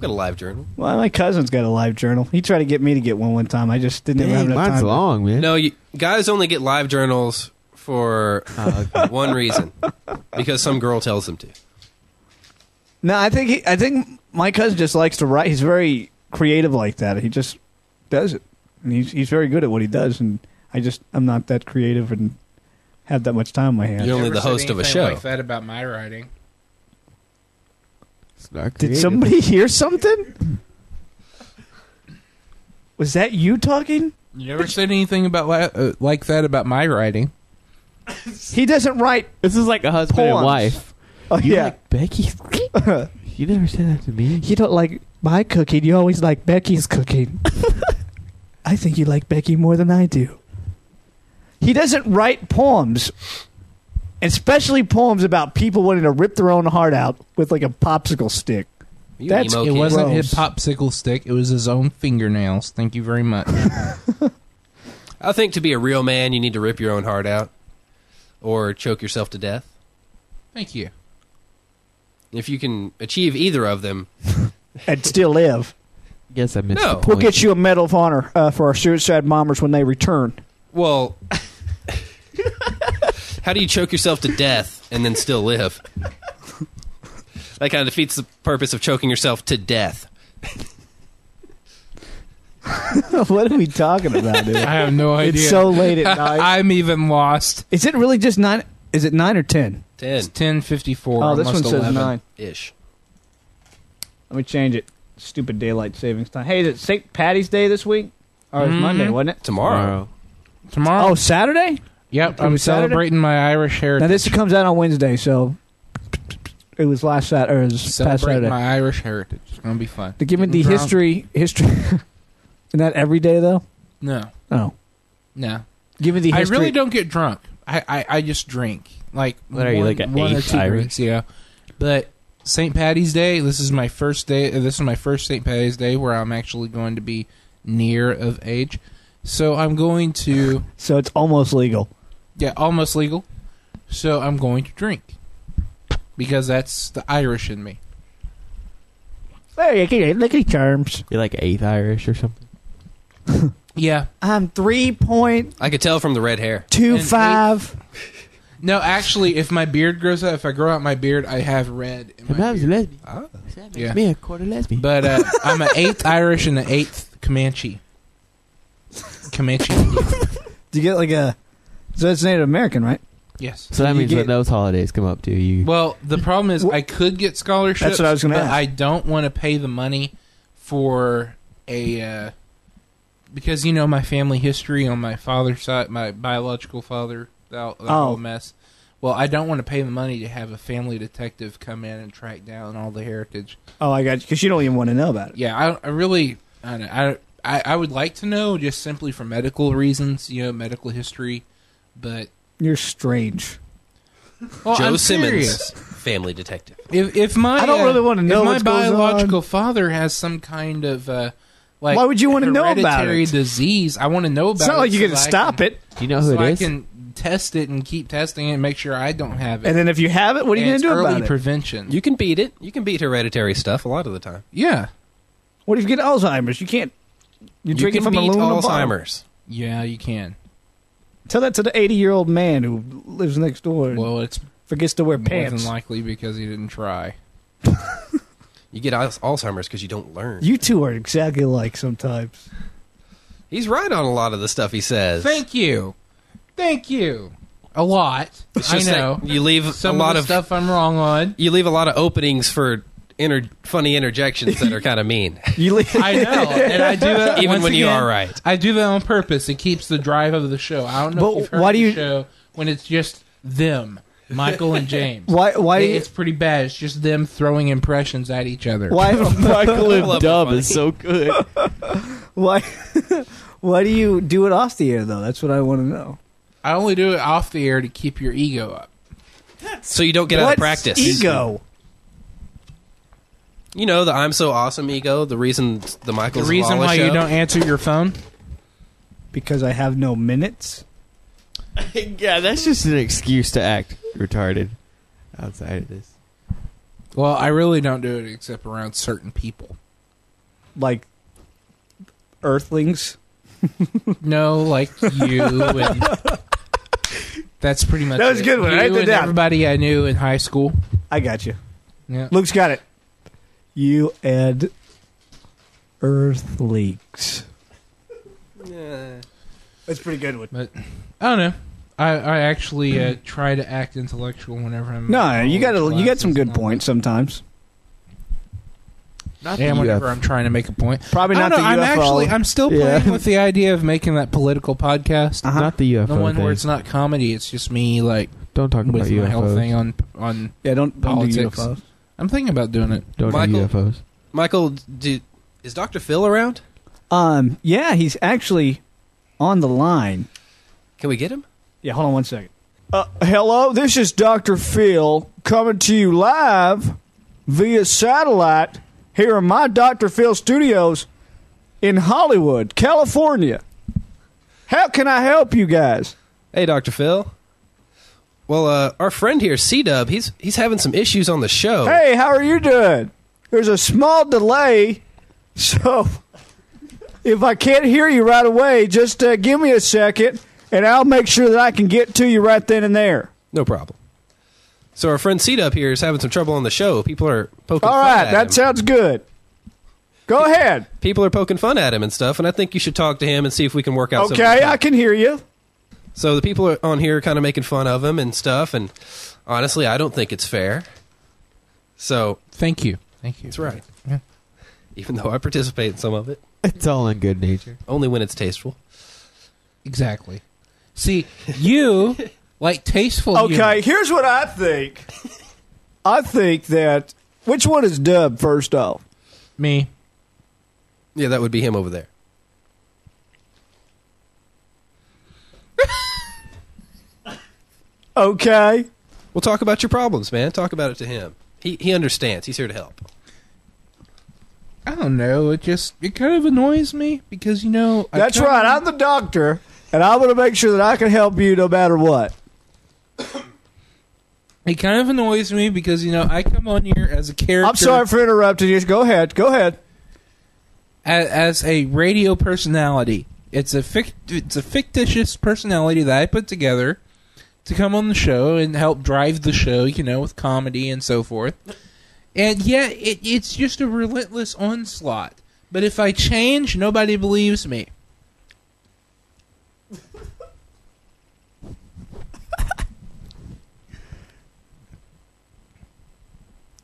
[SPEAKER 5] got a live journal.
[SPEAKER 4] Well, my cousin's got a live journal. He tried to get me to get one one time. I just didn't ever have
[SPEAKER 7] Dang,
[SPEAKER 4] enough
[SPEAKER 7] mine's
[SPEAKER 4] time.
[SPEAKER 7] long, man.
[SPEAKER 5] No, you, guys only get live journals for
[SPEAKER 6] Ah,
[SPEAKER 5] uh, one reason because some girl tells them to.
[SPEAKER 4] No, I think he, I think my cousin just likes to write. He's very creative like that. He just does it, and he's he's very good at what he does. And I just I'm not that creative and have that much time on my hands.
[SPEAKER 5] You're only
[SPEAKER 6] Never
[SPEAKER 5] the
[SPEAKER 6] said
[SPEAKER 5] host of a
[SPEAKER 6] anything
[SPEAKER 5] show.
[SPEAKER 6] Like that about my writing.
[SPEAKER 7] It's not
[SPEAKER 4] Did
[SPEAKER 7] creative.
[SPEAKER 4] somebody hear something? Was that you talking?
[SPEAKER 6] You never said anything about li- uh, like that about my writing.
[SPEAKER 4] He doesn't write.
[SPEAKER 7] This is like a husband
[SPEAKER 4] Poems.
[SPEAKER 7] and wife.
[SPEAKER 4] Oh
[SPEAKER 7] You
[SPEAKER 4] yeah,
[SPEAKER 7] like Becky. you never said that to me.
[SPEAKER 4] you don't like my cooking. You always like Becky's cooking. I think you like Becky more than I do. He doesn't write poems, especially poems about people wanting to rip their own heart out with like a popsicle stick.
[SPEAKER 5] You
[SPEAKER 4] That's-
[SPEAKER 5] emo
[SPEAKER 6] It
[SPEAKER 5] kid.
[SPEAKER 6] wasn't
[SPEAKER 4] Gross.
[SPEAKER 6] his popsicle stick. It was his own fingernails. Thank you very much.
[SPEAKER 5] I think to be a real man, you need to rip your own heart out or choke yourself to death.
[SPEAKER 6] Thank you.
[SPEAKER 5] If you can achieve either of them,
[SPEAKER 4] And still live.
[SPEAKER 7] Guess I missed
[SPEAKER 5] No.
[SPEAKER 7] the point.
[SPEAKER 4] We'll get you a Medal of Honor uh, for our suicide bombers when they return.
[SPEAKER 5] well, how do you choke yourself to death and then still live? That kind of defeats the purpose of choking yourself to death.
[SPEAKER 4] what are we talking about, dude?
[SPEAKER 6] I have no idea.
[SPEAKER 4] It's so late at night.
[SPEAKER 6] I'm even lost.
[SPEAKER 4] is it really just nine? Is it nine or ten?
[SPEAKER 5] Ten
[SPEAKER 6] It's ten fifty four.
[SPEAKER 4] oh, this one says nine.
[SPEAKER 5] ish.
[SPEAKER 4] Let me change it. Stupid daylight savings time. Hey, is it St. Patty's Day this week? Or it's
[SPEAKER 6] Mhm.
[SPEAKER 4] Monday, wasn't it?
[SPEAKER 5] Tomorrow.
[SPEAKER 6] Tomorrow.
[SPEAKER 4] Oh, Saturday?
[SPEAKER 6] yep.
[SPEAKER 4] It
[SPEAKER 6] I'm
[SPEAKER 4] was Saturday?
[SPEAKER 6] celebrating my Irish
[SPEAKER 4] Now
[SPEAKER 6] heritage.
[SPEAKER 4] this comes out on Wednesday, so it was last Saturday. Or it was past
[SPEAKER 6] Celebrating
[SPEAKER 4] Saturday.
[SPEAKER 6] my Irish heritage. It's gonna be fun.
[SPEAKER 4] To give me the
[SPEAKER 6] Getting drunk.
[SPEAKER 4] history, history. Isn't that every day though?
[SPEAKER 6] No,
[SPEAKER 4] Oh,
[SPEAKER 6] no.
[SPEAKER 4] give me the
[SPEAKER 6] I
[SPEAKER 4] history.
[SPEAKER 6] really don't get drunk. I I, I just drink like
[SPEAKER 7] What are you, like an
[SPEAKER 6] or
[SPEAKER 7] eighth
[SPEAKER 6] two
[SPEAKER 7] Irish?
[SPEAKER 6] drinks, yeah. But St. Patty's Day. This is my first day. uh, This is my first St. Patty's Day where I'm actually going to be near of age. So I'm going to
[SPEAKER 4] So it's almost legal.
[SPEAKER 6] yeah almost legal. So I'm going to drink because that's the Irish in me.
[SPEAKER 4] Hey, look at- look at charms.
[SPEAKER 7] You're like eighth Irish or something.
[SPEAKER 6] Yeah.
[SPEAKER 4] I'm three point
[SPEAKER 5] I could tell from the red hair.
[SPEAKER 4] two
[SPEAKER 6] And
[SPEAKER 4] five.
[SPEAKER 6] No, actually, if my beard grows out, if I grow out my beard, I have red. In my
[SPEAKER 7] Mom's a
[SPEAKER 6] beard.
[SPEAKER 7] lesbian.
[SPEAKER 5] Ah.
[SPEAKER 6] Yeah.
[SPEAKER 7] Me a quarter lesbian.
[SPEAKER 6] But uh, I'm an eighth Irish and an eighth Comanche. Comanche.
[SPEAKER 4] Do you get like a So it's Native American, right?
[SPEAKER 6] Yes.
[SPEAKER 7] So that
[SPEAKER 4] You
[SPEAKER 7] means
[SPEAKER 4] get-
[SPEAKER 7] that those holidays come up to you.
[SPEAKER 6] Well, the problem is I could get scholarships.
[SPEAKER 4] That's what I was gonna
[SPEAKER 6] but
[SPEAKER 4] ask.
[SPEAKER 6] I don't want to pay the money for a uh, because you know my family history on my father's side, my biological father, that, that
[SPEAKER 4] Oh.
[SPEAKER 6] whole mess. Well, I don't want to pay the money to have a family detective come in and track down all the heritage.
[SPEAKER 4] Oh, I got you. Because you don't even want to know about it.
[SPEAKER 6] Yeah, I, I really, I, don't- I, I, I would like to know just simply for medical reasons, you know, medical history. But
[SPEAKER 4] You're strange.
[SPEAKER 6] well,
[SPEAKER 5] Joe
[SPEAKER 6] I'm
[SPEAKER 5] Simmons,
[SPEAKER 6] serious.
[SPEAKER 5] family detective.
[SPEAKER 6] If if my
[SPEAKER 4] I don't really wanna know
[SPEAKER 6] if my
[SPEAKER 4] what's going
[SPEAKER 6] biological father has some kind of uh, like
[SPEAKER 4] Why would you wanna know about
[SPEAKER 6] hereditary
[SPEAKER 4] it?
[SPEAKER 6] disease? I want to know about.
[SPEAKER 4] It's not
[SPEAKER 6] it
[SPEAKER 4] like you
[SPEAKER 6] so
[SPEAKER 4] can
[SPEAKER 6] that I
[SPEAKER 4] stop
[SPEAKER 6] can-
[SPEAKER 4] it.
[SPEAKER 7] Do you know who
[SPEAKER 6] So I
[SPEAKER 7] it is?
[SPEAKER 6] can test it and keep testing it and make sure I don't have it.
[SPEAKER 4] And then if you have it, what are you
[SPEAKER 6] And
[SPEAKER 4] going
[SPEAKER 6] it's
[SPEAKER 4] to do
[SPEAKER 6] early
[SPEAKER 4] about it?
[SPEAKER 6] prevention.
[SPEAKER 5] You can beat it. You can beat hereditary stuff a lot of the time.
[SPEAKER 6] yeah,
[SPEAKER 4] What if you get Alzheimer's? You can't. You're
[SPEAKER 5] You
[SPEAKER 4] drinking
[SPEAKER 5] can
[SPEAKER 4] from
[SPEAKER 5] beat
[SPEAKER 4] aluminum bottle.
[SPEAKER 5] Alzheimer's.
[SPEAKER 6] yeah, you can.
[SPEAKER 4] Tell that to the 80 year old man who lives next door and
[SPEAKER 6] Well, it's
[SPEAKER 4] forgets to wear
[SPEAKER 6] more than
[SPEAKER 4] pants.
[SPEAKER 6] likely because he didn't try.
[SPEAKER 5] You get al- Alzheimer's because you don't learn.
[SPEAKER 4] you two are exactly alike sometimes.
[SPEAKER 5] He's right on a lot of the stuff he says.
[SPEAKER 6] Thank you, thank you. A lot.
[SPEAKER 5] It's
[SPEAKER 6] I
[SPEAKER 5] just that
[SPEAKER 6] know
[SPEAKER 5] you leave
[SPEAKER 6] some
[SPEAKER 5] a lot
[SPEAKER 6] of,
[SPEAKER 5] of,
[SPEAKER 6] the stuff I'm wrong on.
[SPEAKER 5] you leave a lot of openings for inter- funny interjections that are kind of mean,
[SPEAKER 4] You leave.
[SPEAKER 6] I know, and I do that
[SPEAKER 5] even
[SPEAKER 6] once
[SPEAKER 5] when you
[SPEAKER 6] again,
[SPEAKER 5] are right.
[SPEAKER 6] I do that on purpose. It keeps the drive of the show. I don't know
[SPEAKER 4] But
[SPEAKER 6] if you've heard
[SPEAKER 4] why
[SPEAKER 6] the
[SPEAKER 4] do you-
[SPEAKER 6] show when it's just them, Michael and James.
[SPEAKER 4] Why? Why?
[SPEAKER 6] It- It's pretty bad. It's just them throwing impressions at each other.
[SPEAKER 4] why?
[SPEAKER 7] Michael
[SPEAKER 5] Love
[SPEAKER 7] and Dub
[SPEAKER 5] funny.
[SPEAKER 7] is so good.
[SPEAKER 4] Why? why do you do it off the air though? That's what I want to know.
[SPEAKER 6] I only do it off the air to keep your ego up.
[SPEAKER 5] so you don't get out
[SPEAKER 4] What's
[SPEAKER 5] of practice.
[SPEAKER 4] Ego.
[SPEAKER 5] You know the I'm so awesome ego. The reason the
[SPEAKER 6] The
[SPEAKER 5] Michael
[SPEAKER 6] reason
[SPEAKER 5] Zavala
[SPEAKER 6] why
[SPEAKER 5] show,
[SPEAKER 6] you don't answer your phone.
[SPEAKER 4] Because I have no minutes.
[SPEAKER 7] yeah, that's just an excuse to act retarded outside of this.
[SPEAKER 6] Well, I really don't do it except around certain people.
[SPEAKER 4] Like Earthlings.
[SPEAKER 6] No, like you. and That's pretty much.
[SPEAKER 4] That was a
[SPEAKER 6] it.
[SPEAKER 4] good one. I
[SPEAKER 6] You
[SPEAKER 4] wrote that
[SPEAKER 6] and
[SPEAKER 4] down.
[SPEAKER 6] everybody I knew in high school.
[SPEAKER 4] I got you.
[SPEAKER 6] Yeah.
[SPEAKER 4] Luke's got it. You and Earthlings. That's a pretty good one.
[SPEAKER 6] I don't know. I, I actually uh, try to act intellectual whenever I'm.
[SPEAKER 4] No, you got
[SPEAKER 6] to
[SPEAKER 4] you got some good points sometimes.
[SPEAKER 7] Not
[SPEAKER 6] And
[SPEAKER 7] the
[SPEAKER 6] whenever
[SPEAKER 7] UFO.
[SPEAKER 6] I'm trying to make a point,
[SPEAKER 4] Probably
[SPEAKER 6] I
[SPEAKER 4] not
[SPEAKER 6] don't
[SPEAKER 4] the
[SPEAKER 6] know, I'm
[SPEAKER 4] UFO.
[SPEAKER 6] actually I'm still
[SPEAKER 7] Yeah.
[SPEAKER 6] playing with the idea of making that political podcast,
[SPEAKER 4] Uh-huh.
[SPEAKER 7] Not the UFO.
[SPEAKER 6] the one where
[SPEAKER 7] thing.
[SPEAKER 6] it's not comedy. It's just me like
[SPEAKER 7] Don't talk about
[SPEAKER 6] with my whole thing
[SPEAKER 7] UFOs.
[SPEAKER 6] on on.
[SPEAKER 4] yeah, don't, don't do
[SPEAKER 6] Politics.
[SPEAKER 4] UFOs.
[SPEAKER 6] I'm thinking about doing it.
[SPEAKER 7] Don't
[SPEAKER 5] Michael-
[SPEAKER 7] do UFOs.
[SPEAKER 5] Michael, do, is Doctor Phil around?
[SPEAKER 4] Um, yeah, he's actually on the line.
[SPEAKER 5] Can we get him?
[SPEAKER 4] Yeah, hold on one second. Uh, hello, this is Dr. Phil coming to you live via satellite here in my Dr. Phil studios in Hollywood, California. How can I help you guys?
[SPEAKER 5] Hey, Doctor Phil. Well, uh, our friend here, C Dub, he's he's having some issues on the show.
[SPEAKER 4] Hey, how are you doing? There's a small delay, so if I can't hear you right away, just uh, give me a second and I'll make sure that I can get to you right then and there.
[SPEAKER 5] No problem. So our friend C Dub here is having some trouble on the show. People are poking.
[SPEAKER 4] All
[SPEAKER 5] fun
[SPEAKER 4] right,
[SPEAKER 5] at
[SPEAKER 4] that
[SPEAKER 5] him.
[SPEAKER 4] sounds good. Go ahead.
[SPEAKER 5] people are poking fun at him and stuff, and I think you should talk to him and see if we can work out. something.
[SPEAKER 4] Okay, I can hear you.
[SPEAKER 5] So the people are on here are kind of making fun of him and stuff, and honestly, I don't think it's fair. So
[SPEAKER 6] Thank you, thank you.
[SPEAKER 5] it's right,
[SPEAKER 6] Yeah.
[SPEAKER 5] even though I participate in some of it,
[SPEAKER 7] It's all in good nature.
[SPEAKER 5] only when it's tasteful.
[SPEAKER 6] Exactly. See you like tasteful.
[SPEAKER 4] Okay,
[SPEAKER 6] humor.
[SPEAKER 4] here's what I think. I think that which one is Dub first off?
[SPEAKER 6] me.
[SPEAKER 5] Yeah, that would be him over there.
[SPEAKER 4] Okay.
[SPEAKER 5] We'll talk about your problems, man. Talk about it to him. He he understands. He's here to help.
[SPEAKER 6] I don't know. It just it kind of annoys me because you know I
[SPEAKER 4] That's
[SPEAKER 6] kinda-
[SPEAKER 4] right. I'm the doctor, and I'm going to make sure that I can help you no matter what.
[SPEAKER 6] It kind of annoys me because you know I come on here as a character.
[SPEAKER 4] I'm sorry for interrupting you. Go ahead. Go ahead.
[SPEAKER 6] as, as a radio personality. It's a fic- it's a fictitious personality that I put together to come on the show and help drive the show, you know, with comedy and so forth. And yet, it, it's just a relentless onslaught. But if I change, nobody believes me.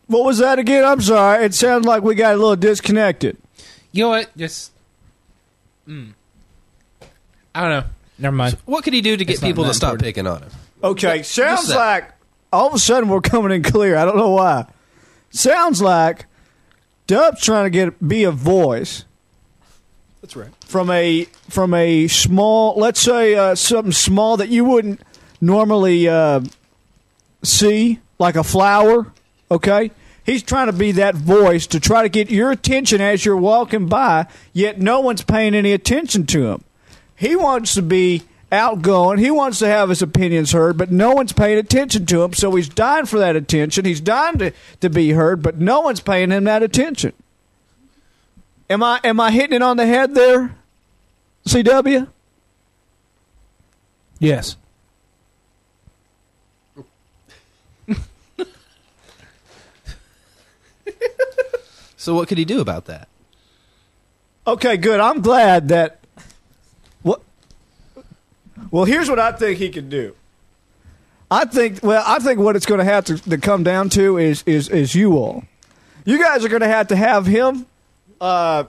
[SPEAKER 4] What was that again? I'm sorry. It sounded like we got a little disconnected.
[SPEAKER 6] You know what? Just. Mm. I don't know. Never mind.
[SPEAKER 5] What could he do to get
[SPEAKER 6] It's not
[SPEAKER 5] people to
[SPEAKER 6] that
[SPEAKER 5] stop
[SPEAKER 6] important.
[SPEAKER 5] picking on him?
[SPEAKER 4] Okay, sounds
[SPEAKER 5] that.
[SPEAKER 4] like all of a sudden we're coming in clear. I don't know why. Sounds like Dub's trying to get be a voice
[SPEAKER 5] That's right.
[SPEAKER 4] from a from a small, let's say uh, something small that you wouldn't normally uh, see, like a flower. Okay, he's trying to be that voice to try to get your attention as you're walking by. Yet no one's paying any attention to him. He wants to be outgoing. He wants to have his opinions heard, but no one's paying attention to him. So he's dying for that attention. He's dying to, to be heard, but no one's paying him that attention. Am I am I hitting it on the head there? CW?
[SPEAKER 6] Yes.
[SPEAKER 5] So what could he do about that?
[SPEAKER 4] Okay, good. I'm glad that what Well, here's what I think he could do. I think well, I think what it's going to have to, to come down to is is is you all. You guys are going to have to have him uh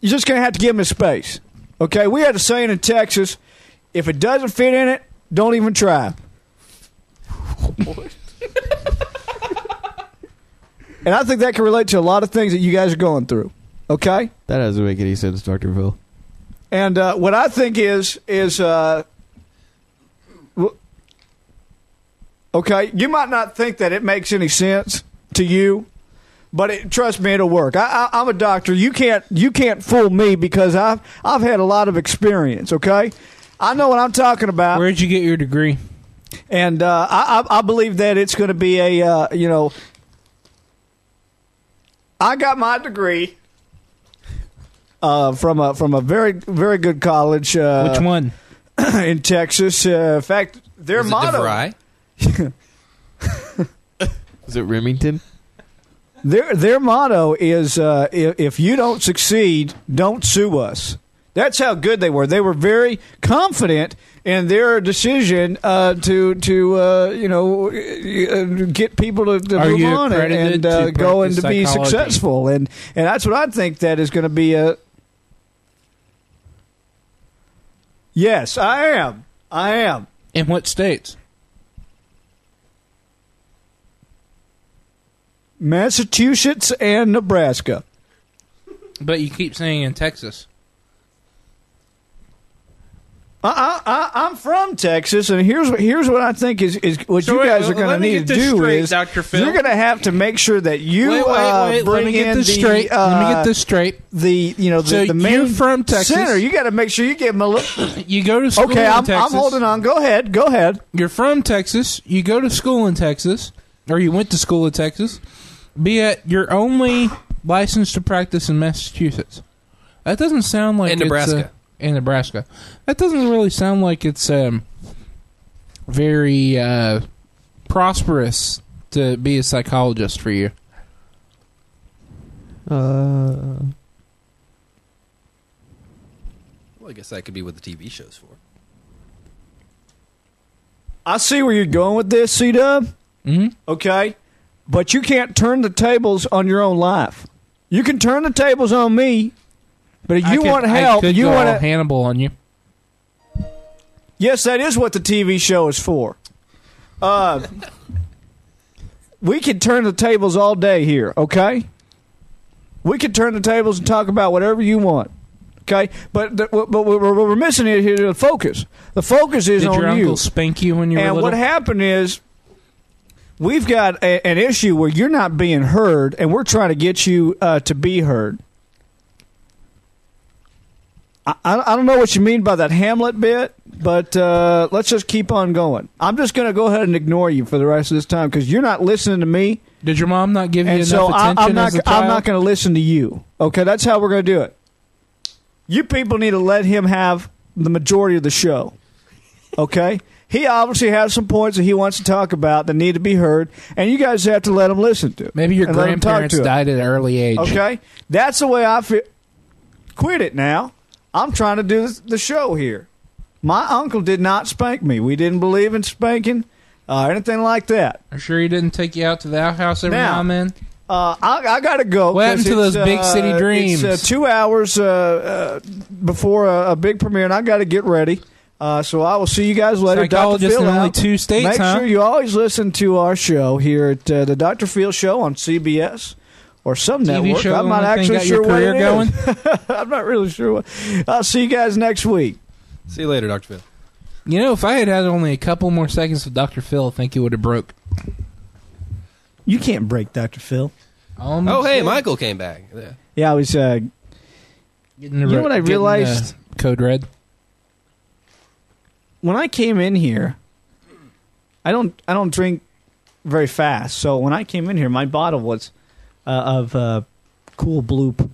[SPEAKER 4] you're just going to have to give him his space. Okay? We had a saying in Texas, if it doesn't fit in it, don't even try. and I think that can relate to a lot of things that you guys are going through. Okay?
[SPEAKER 7] That doesn't make any sense, Doctor Phil.
[SPEAKER 4] And uh, what I think is is uh, w- okay. You might not think that it makes any sense to you, but it, trust me, it'll work. I, I, I'm a doctor. You can't you can't fool me because I've I've had a lot of experience. Okay, I know what I'm talking about
[SPEAKER 6] Where'd you get your degree?
[SPEAKER 4] and uh, I, I I believe that it's going to be a uh, you know. I got my degree uh, from a from a very very good college uh,
[SPEAKER 6] Which one?
[SPEAKER 4] in Texas. Uh, in fact, their
[SPEAKER 5] Is it
[SPEAKER 4] motto
[SPEAKER 5] DeVry?
[SPEAKER 7] Is it Remington?
[SPEAKER 4] their their motto is uh, if, if you don't succeed, don't sue us. That's how good they were. They were very confident in their decision uh, to to uh, you know uh, get people to, to
[SPEAKER 6] Are
[SPEAKER 4] move
[SPEAKER 6] you
[SPEAKER 4] on and,
[SPEAKER 6] accredited
[SPEAKER 4] and
[SPEAKER 6] to
[SPEAKER 4] uh, go and to
[SPEAKER 6] practice
[SPEAKER 4] be
[SPEAKER 6] psychology?
[SPEAKER 4] successful. And and that's what I think that is going to be a. Yes, I am. I am.
[SPEAKER 6] In what states?
[SPEAKER 4] Massachusetts and Nebraska.
[SPEAKER 6] But you keep saying in Texas.
[SPEAKER 4] I, I, I- I'm from Texas, and here's what here's what I think is, is what
[SPEAKER 6] So
[SPEAKER 4] you
[SPEAKER 6] wait,
[SPEAKER 4] guys are
[SPEAKER 6] let
[SPEAKER 4] going to
[SPEAKER 6] me
[SPEAKER 4] need
[SPEAKER 6] get
[SPEAKER 4] to
[SPEAKER 6] this
[SPEAKER 4] do
[SPEAKER 6] straight,
[SPEAKER 4] is
[SPEAKER 6] Dr. Phil.
[SPEAKER 4] you're going to have to make sure that you
[SPEAKER 6] wait, wait,
[SPEAKER 4] uh,
[SPEAKER 6] wait.
[SPEAKER 4] bring
[SPEAKER 6] Let me get
[SPEAKER 4] in
[SPEAKER 6] this
[SPEAKER 4] the
[SPEAKER 6] straight. Let me
[SPEAKER 4] uh,
[SPEAKER 6] get this straight.
[SPEAKER 4] the you know the,
[SPEAKER 6] So
[SPEAKER 4] the main
[SPEAKER 6] you're from Texas.
[SPEAKER 4] center. You got to make sure you give them a little.
[SPEAKER 6] You go to school
[SPEAKER 4] okay,
[SPEAKER 6] in
[SPEAKER 4] I'm, I'm
[SPEAKER 6] Texas.
[SPEAKER 4] holding on. Go ahead, go ahead.
[SPEAKER 6] You're from Texas. You go to school in Texas, or you went to school in Texas. Be it you're only licensed to practice in Massachusetts. That doesn't sound like
[SPEAKER 5] And
[SPEAKER 6] it's, uh,
[SPEAKER 5] Nebraska.
[SPEAKER 6] in Nebraska, that doesn't really sound like it's um, very uh, prosperous to be a psychologist for you.
[SPEAKER 7] Uh,
[SPEAKER 5] Well, I guess that could be what the TV show's for.
[SPEAKER 4] I see where you're going with this, C Dub.
[SPEAKER 6] hmm
[SPEAKER 4] Okay, but you can't turn the tables on your own life. You can turn the tables on me, but if you want help,
[SPEAKER 6] I could
[SPEAKER 4] you
[SPEAKER 6] go all
[SPEAKER 4] want to.
[SPEAKER 6] Hannibal on you.
[SPEAKER 4] Yes, that is what the TV show is for. Uh, we could turn the tables all day here, okay? We could turn the tables and talk about whatever you want, okay? But the, but what we're, what we're missing is here the focus. The focus is
[SPEAKER 6] Did
[SPEAKER 4] on
[SPEAKER 6] your
[SPEAKER 4] you.
[SPEAKER 6] uncle spank you when you
[SPEAKER 4] and
[SPEAKER 6] were
[SPEAKER 4] what
[SPEAKER 6] little?
[SPEAKER 4] happened is we've got a, an issue where you're not being heard, and we're trying to get you uh, to be heard. I, I I don't know what you mean by that Hamlet bit, but uh, let's just keep on going. I'm just going to go ahead and ignore you for the rest of this time because you're not listening to me,
[SPEAKER 6] Did your mom not give you
[SPEAKER 4] and
[SPEAKER 6] enough
[SPEAKER 4] so I,
[SPEAKER 6] attention
[SPEAKER 4] I'm not.
[SPEAKER 6] as a child?
[SPEAKER 4] I'm not going to listen to you. Okay, that's how we're going to do it. You people need to let him have the majority of the show. Okay, he obviously has some points that he wants to talk about that need to be heard, and you guys have to let him listen to.
[SPEAKER 6] Maybe your
[SPEAKER 4] and let him talk
[SPEAKER 6] grandparents
[SPEAKER 4] to him.
[SPEAKER 6] died at an early age.
[SPEAKER 4] Okay, that's the way I feel. Quit it now. I'm trying to do this- the show here. My uncle did not spank me. We didn't believe in spanking. uh, anything like that.
[SPEAKER 6] I'm sure he didn't take you out to the outhouse every
[SPEAKER 4] Now.
[SPEAKER 6] now, and then.
[SPEAKER 4] Uh, I, I gotta go.
[SPEAKER 6] What happened
[SPEAKER 4] 'cause
[SPEAKER 6] to
[SPEAKER 4] it's,
[SPEAKER 6] those big city
[SPEAKER 4] uh,
[SPEAKER 6] dreams?
[SPEAKER 4] It's, uh, two hours uh, uh, before a, a big premiere, and I gotta get ready. Uh, so I will see you guys later. Dr.
[SPEAKER 6] Psychologist
[SPEAKER 4] Phil
[SPEAKER 6] in
[SPEAKER 4] out.
[SPEAKER 6] only two states,
[SPEAKER 4] Make
[SPEAKER 6] huh?
[SPEAKER 4] sure you always listen to our show here at uh, the Dr. Phil Show on CBS or some
[SPEAKER 6] TV
[SPEAKER 4] network.
[SPEAKER 6] show
[SPEAKER 4] I'm not
[SPEAKER 6] only thing
[SPEAKER 4] actually
[SPEAKER 6] got
[SPEAKER 4] sure
[SPEAKER 6] your
[SPEAKER 4] where
[SPEAKER 6] career
[SPEAKER 4] it is. I'm not really sure. What. I'll see you guys next week.
[SPEAKER 5] See you later, Doctor Phil.
[SPEAKER 6] You know, if I had had only a couple more seconds with Dr. Phil, I think he would have broke.
[SPEAKER 4] You can't break Dr. Phil.
[SPEAKER 6] Um,
[SPEAKER 5] Oh, hey, Michael came back. Yeah.
[SPEAKER 4] Yeah, I was. Uh,
[SPEAKER 6] Getting the
[SPEAKER 4] You know
[SPEAKER 6] ro-
[SPEAKER 4] what I
[SPEAKER 6] getting the
[SPEAKER 4] realized?
[SPEAKER 6] Code red.
[SPEAKER 4] when I came in here, I don't I don't drink very fast. So when I came in here, my bottle was uh, of uh, Cool Blue p-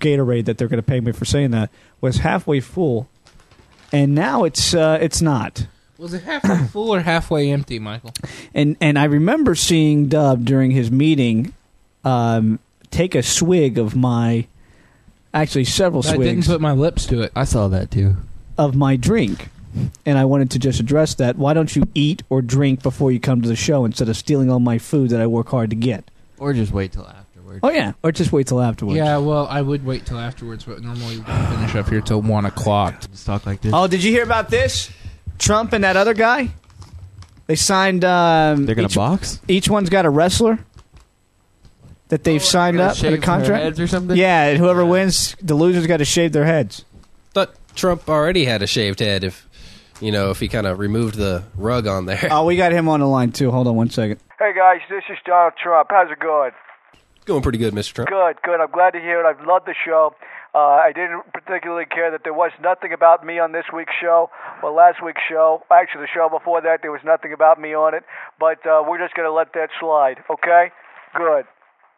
[SPEAKER 4] Gatorade that they're going to pay me for saying that was halfway full, and now it's uh, it's not.
[SPEAKER 6] Was it halfway full or halfway empty, Michael?
[SPEAKER 4] And and I remember seeing Dub during his meeting um, take a swig of my actually several
[SPEAKER 6] I didn't
[SPEAKER 4] swigs
[SPEAKER 6] put my lips to it.
[SPEAKER 7] I saw that too.
[SPEAKER 4] of my drink. And I wanted to just address that. Why don't you eat or drink before you come to the show instead of stealing all my food that I work hard to get?
[SPEAKER 7] Or just wait till afterwards.
[SPEAKER 4] Oh yeah, or just wait till afterwards.
[SPEAKER 6] Yeah, well, I would wait till afterwards, but normally we don't finish up here till one o'clock.
[SPEAKER 7] Just talk like this.
[SPEAKER 4] Oh, did you hear about this? Trump and that other guy. They signed. Um,
[SPEAKER 7] They're gonna
[SPEAKER 4] each,
[SPEAKER 7] box.
[SPEAKER 4] each one's got a wrestler that they've signed up for the contract.
[SPEAKER 7] or something.
[SPEAKER 4] Yeah, and whoever wins, the losers got to shave their heads.
[SPEAKER 5] Thought Trump already had a shaved head. If you know, if he kind of removed the rug on there.
[SPEAKER 4] Oh, we got him on the line too. Hold on one second.
[SPEAKER 8] Hey guys, this is Donald Trump. How's it going?
[SPEAKER 5] Going pretty good, Mr. Trump.
[SPEAKER 8] Good, good. I'm glad to hear it. I've loved the show. Uh, I didn't particularly care that there was nothing about me on this week's show or last week's show. Actually, the show before that, there was nothing about me on it. But uh, we're just going to let that slide, okay? Good.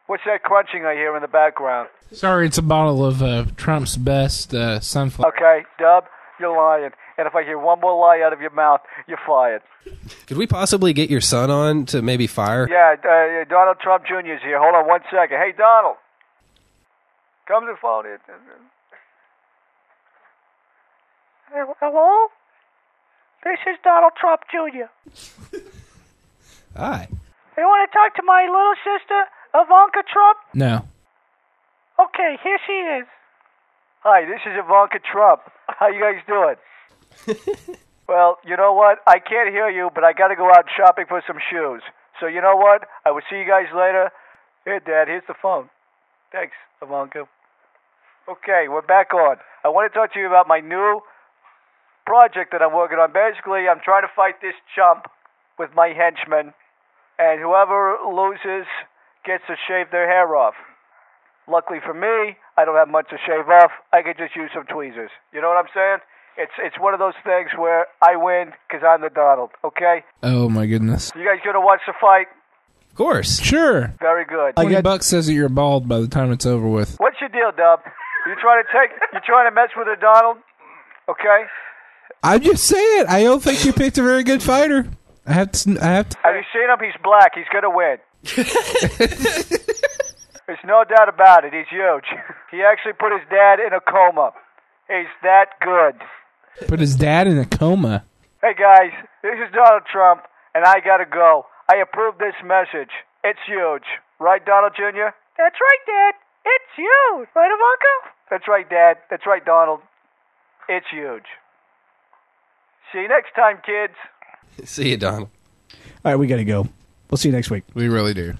[SPEAKER 8] What's that crunching I hear in the background?
[SPEAKER 6] Sorry, it's a bottle of uh, Trump's best uh, sunflower.
[SPEAKER 8] Okay, Dub, you're lying. And if I hear one more lie out of your mouth, you're fired.
[SPEAKER 5] Could we possibly get your son on to maybe fire?
[SPEAKER 8] Yeah, uh, Donald Trump Jr. is here. Hold on one second. Hey, Donald. Come to the phone. Hello? This is Donald Trump Jr.
[SPEAKER 5] Aye.
[SPEAKER 8] You want to talk to my little sister, Ivanka Trump?
[SPEAKER 6] No.
[SPEAKER 8] Okay, here she is. Hi, this is Ivanka Trump. How you guys doing? well, you know what? I can't hear you, but I got to go out shopping for some shoes. So you know what? I will see you guys later. Here, Dad. Here's the phone. Thanks, Ivanka. Okay, we're back on. I want to talk to you about my new project that I'm working on. Basically, I'm trying to fight this chump with my henchmen, and whoever loses gets to shave their hair off. Luckily for me, I don't have much to shave off. I could just use some tweezers. You know what I'm saying? It's it's one of those things where I win because I'm the Donald. Okay?
[SPEAKER 6] Oh my goodness.
[SPEAKER 8] You guys gonna watch the fight?
[SPEAKER 5] Of course.
[SPEAKER 6] Sure.
[SPEAKER 8] Very good.
[SPEAKER 6] Twenty
[SPEAKER 4] got-
[SPEAKER 6] bucks says that you're bald by the time it's over with.
[SPEAKER 8] What's your deal, Dub? You trying to take? You trying to mess with the Donald? Okay.
[SPEAKER 6] I'm just saying. I don't think you picked a very good fighter. I have to. I have to.
[SPEAKER 8] Have you seen him? He's black. He's gonna win. There's no doubt about it. He's huge. He actually put his dad in a coma. He's that good.
[SPEAKER 6] Put his dad in a coma.
[SPEAKER 8] Hey guys, this is Donald Trump, and I gotta go. I approve this message. It's huge. Right, Donald Jr.? That's right, Dad. It's huge. Right, Ivanka? That's right, Dad. That's right, Donald. It's huge. See you next time, kids.
[SPEAKER 5] See you, Donald.
[SPEAKER 4] All right, we got to go. We'll see you next week.
[SPEAKER 6] We really do.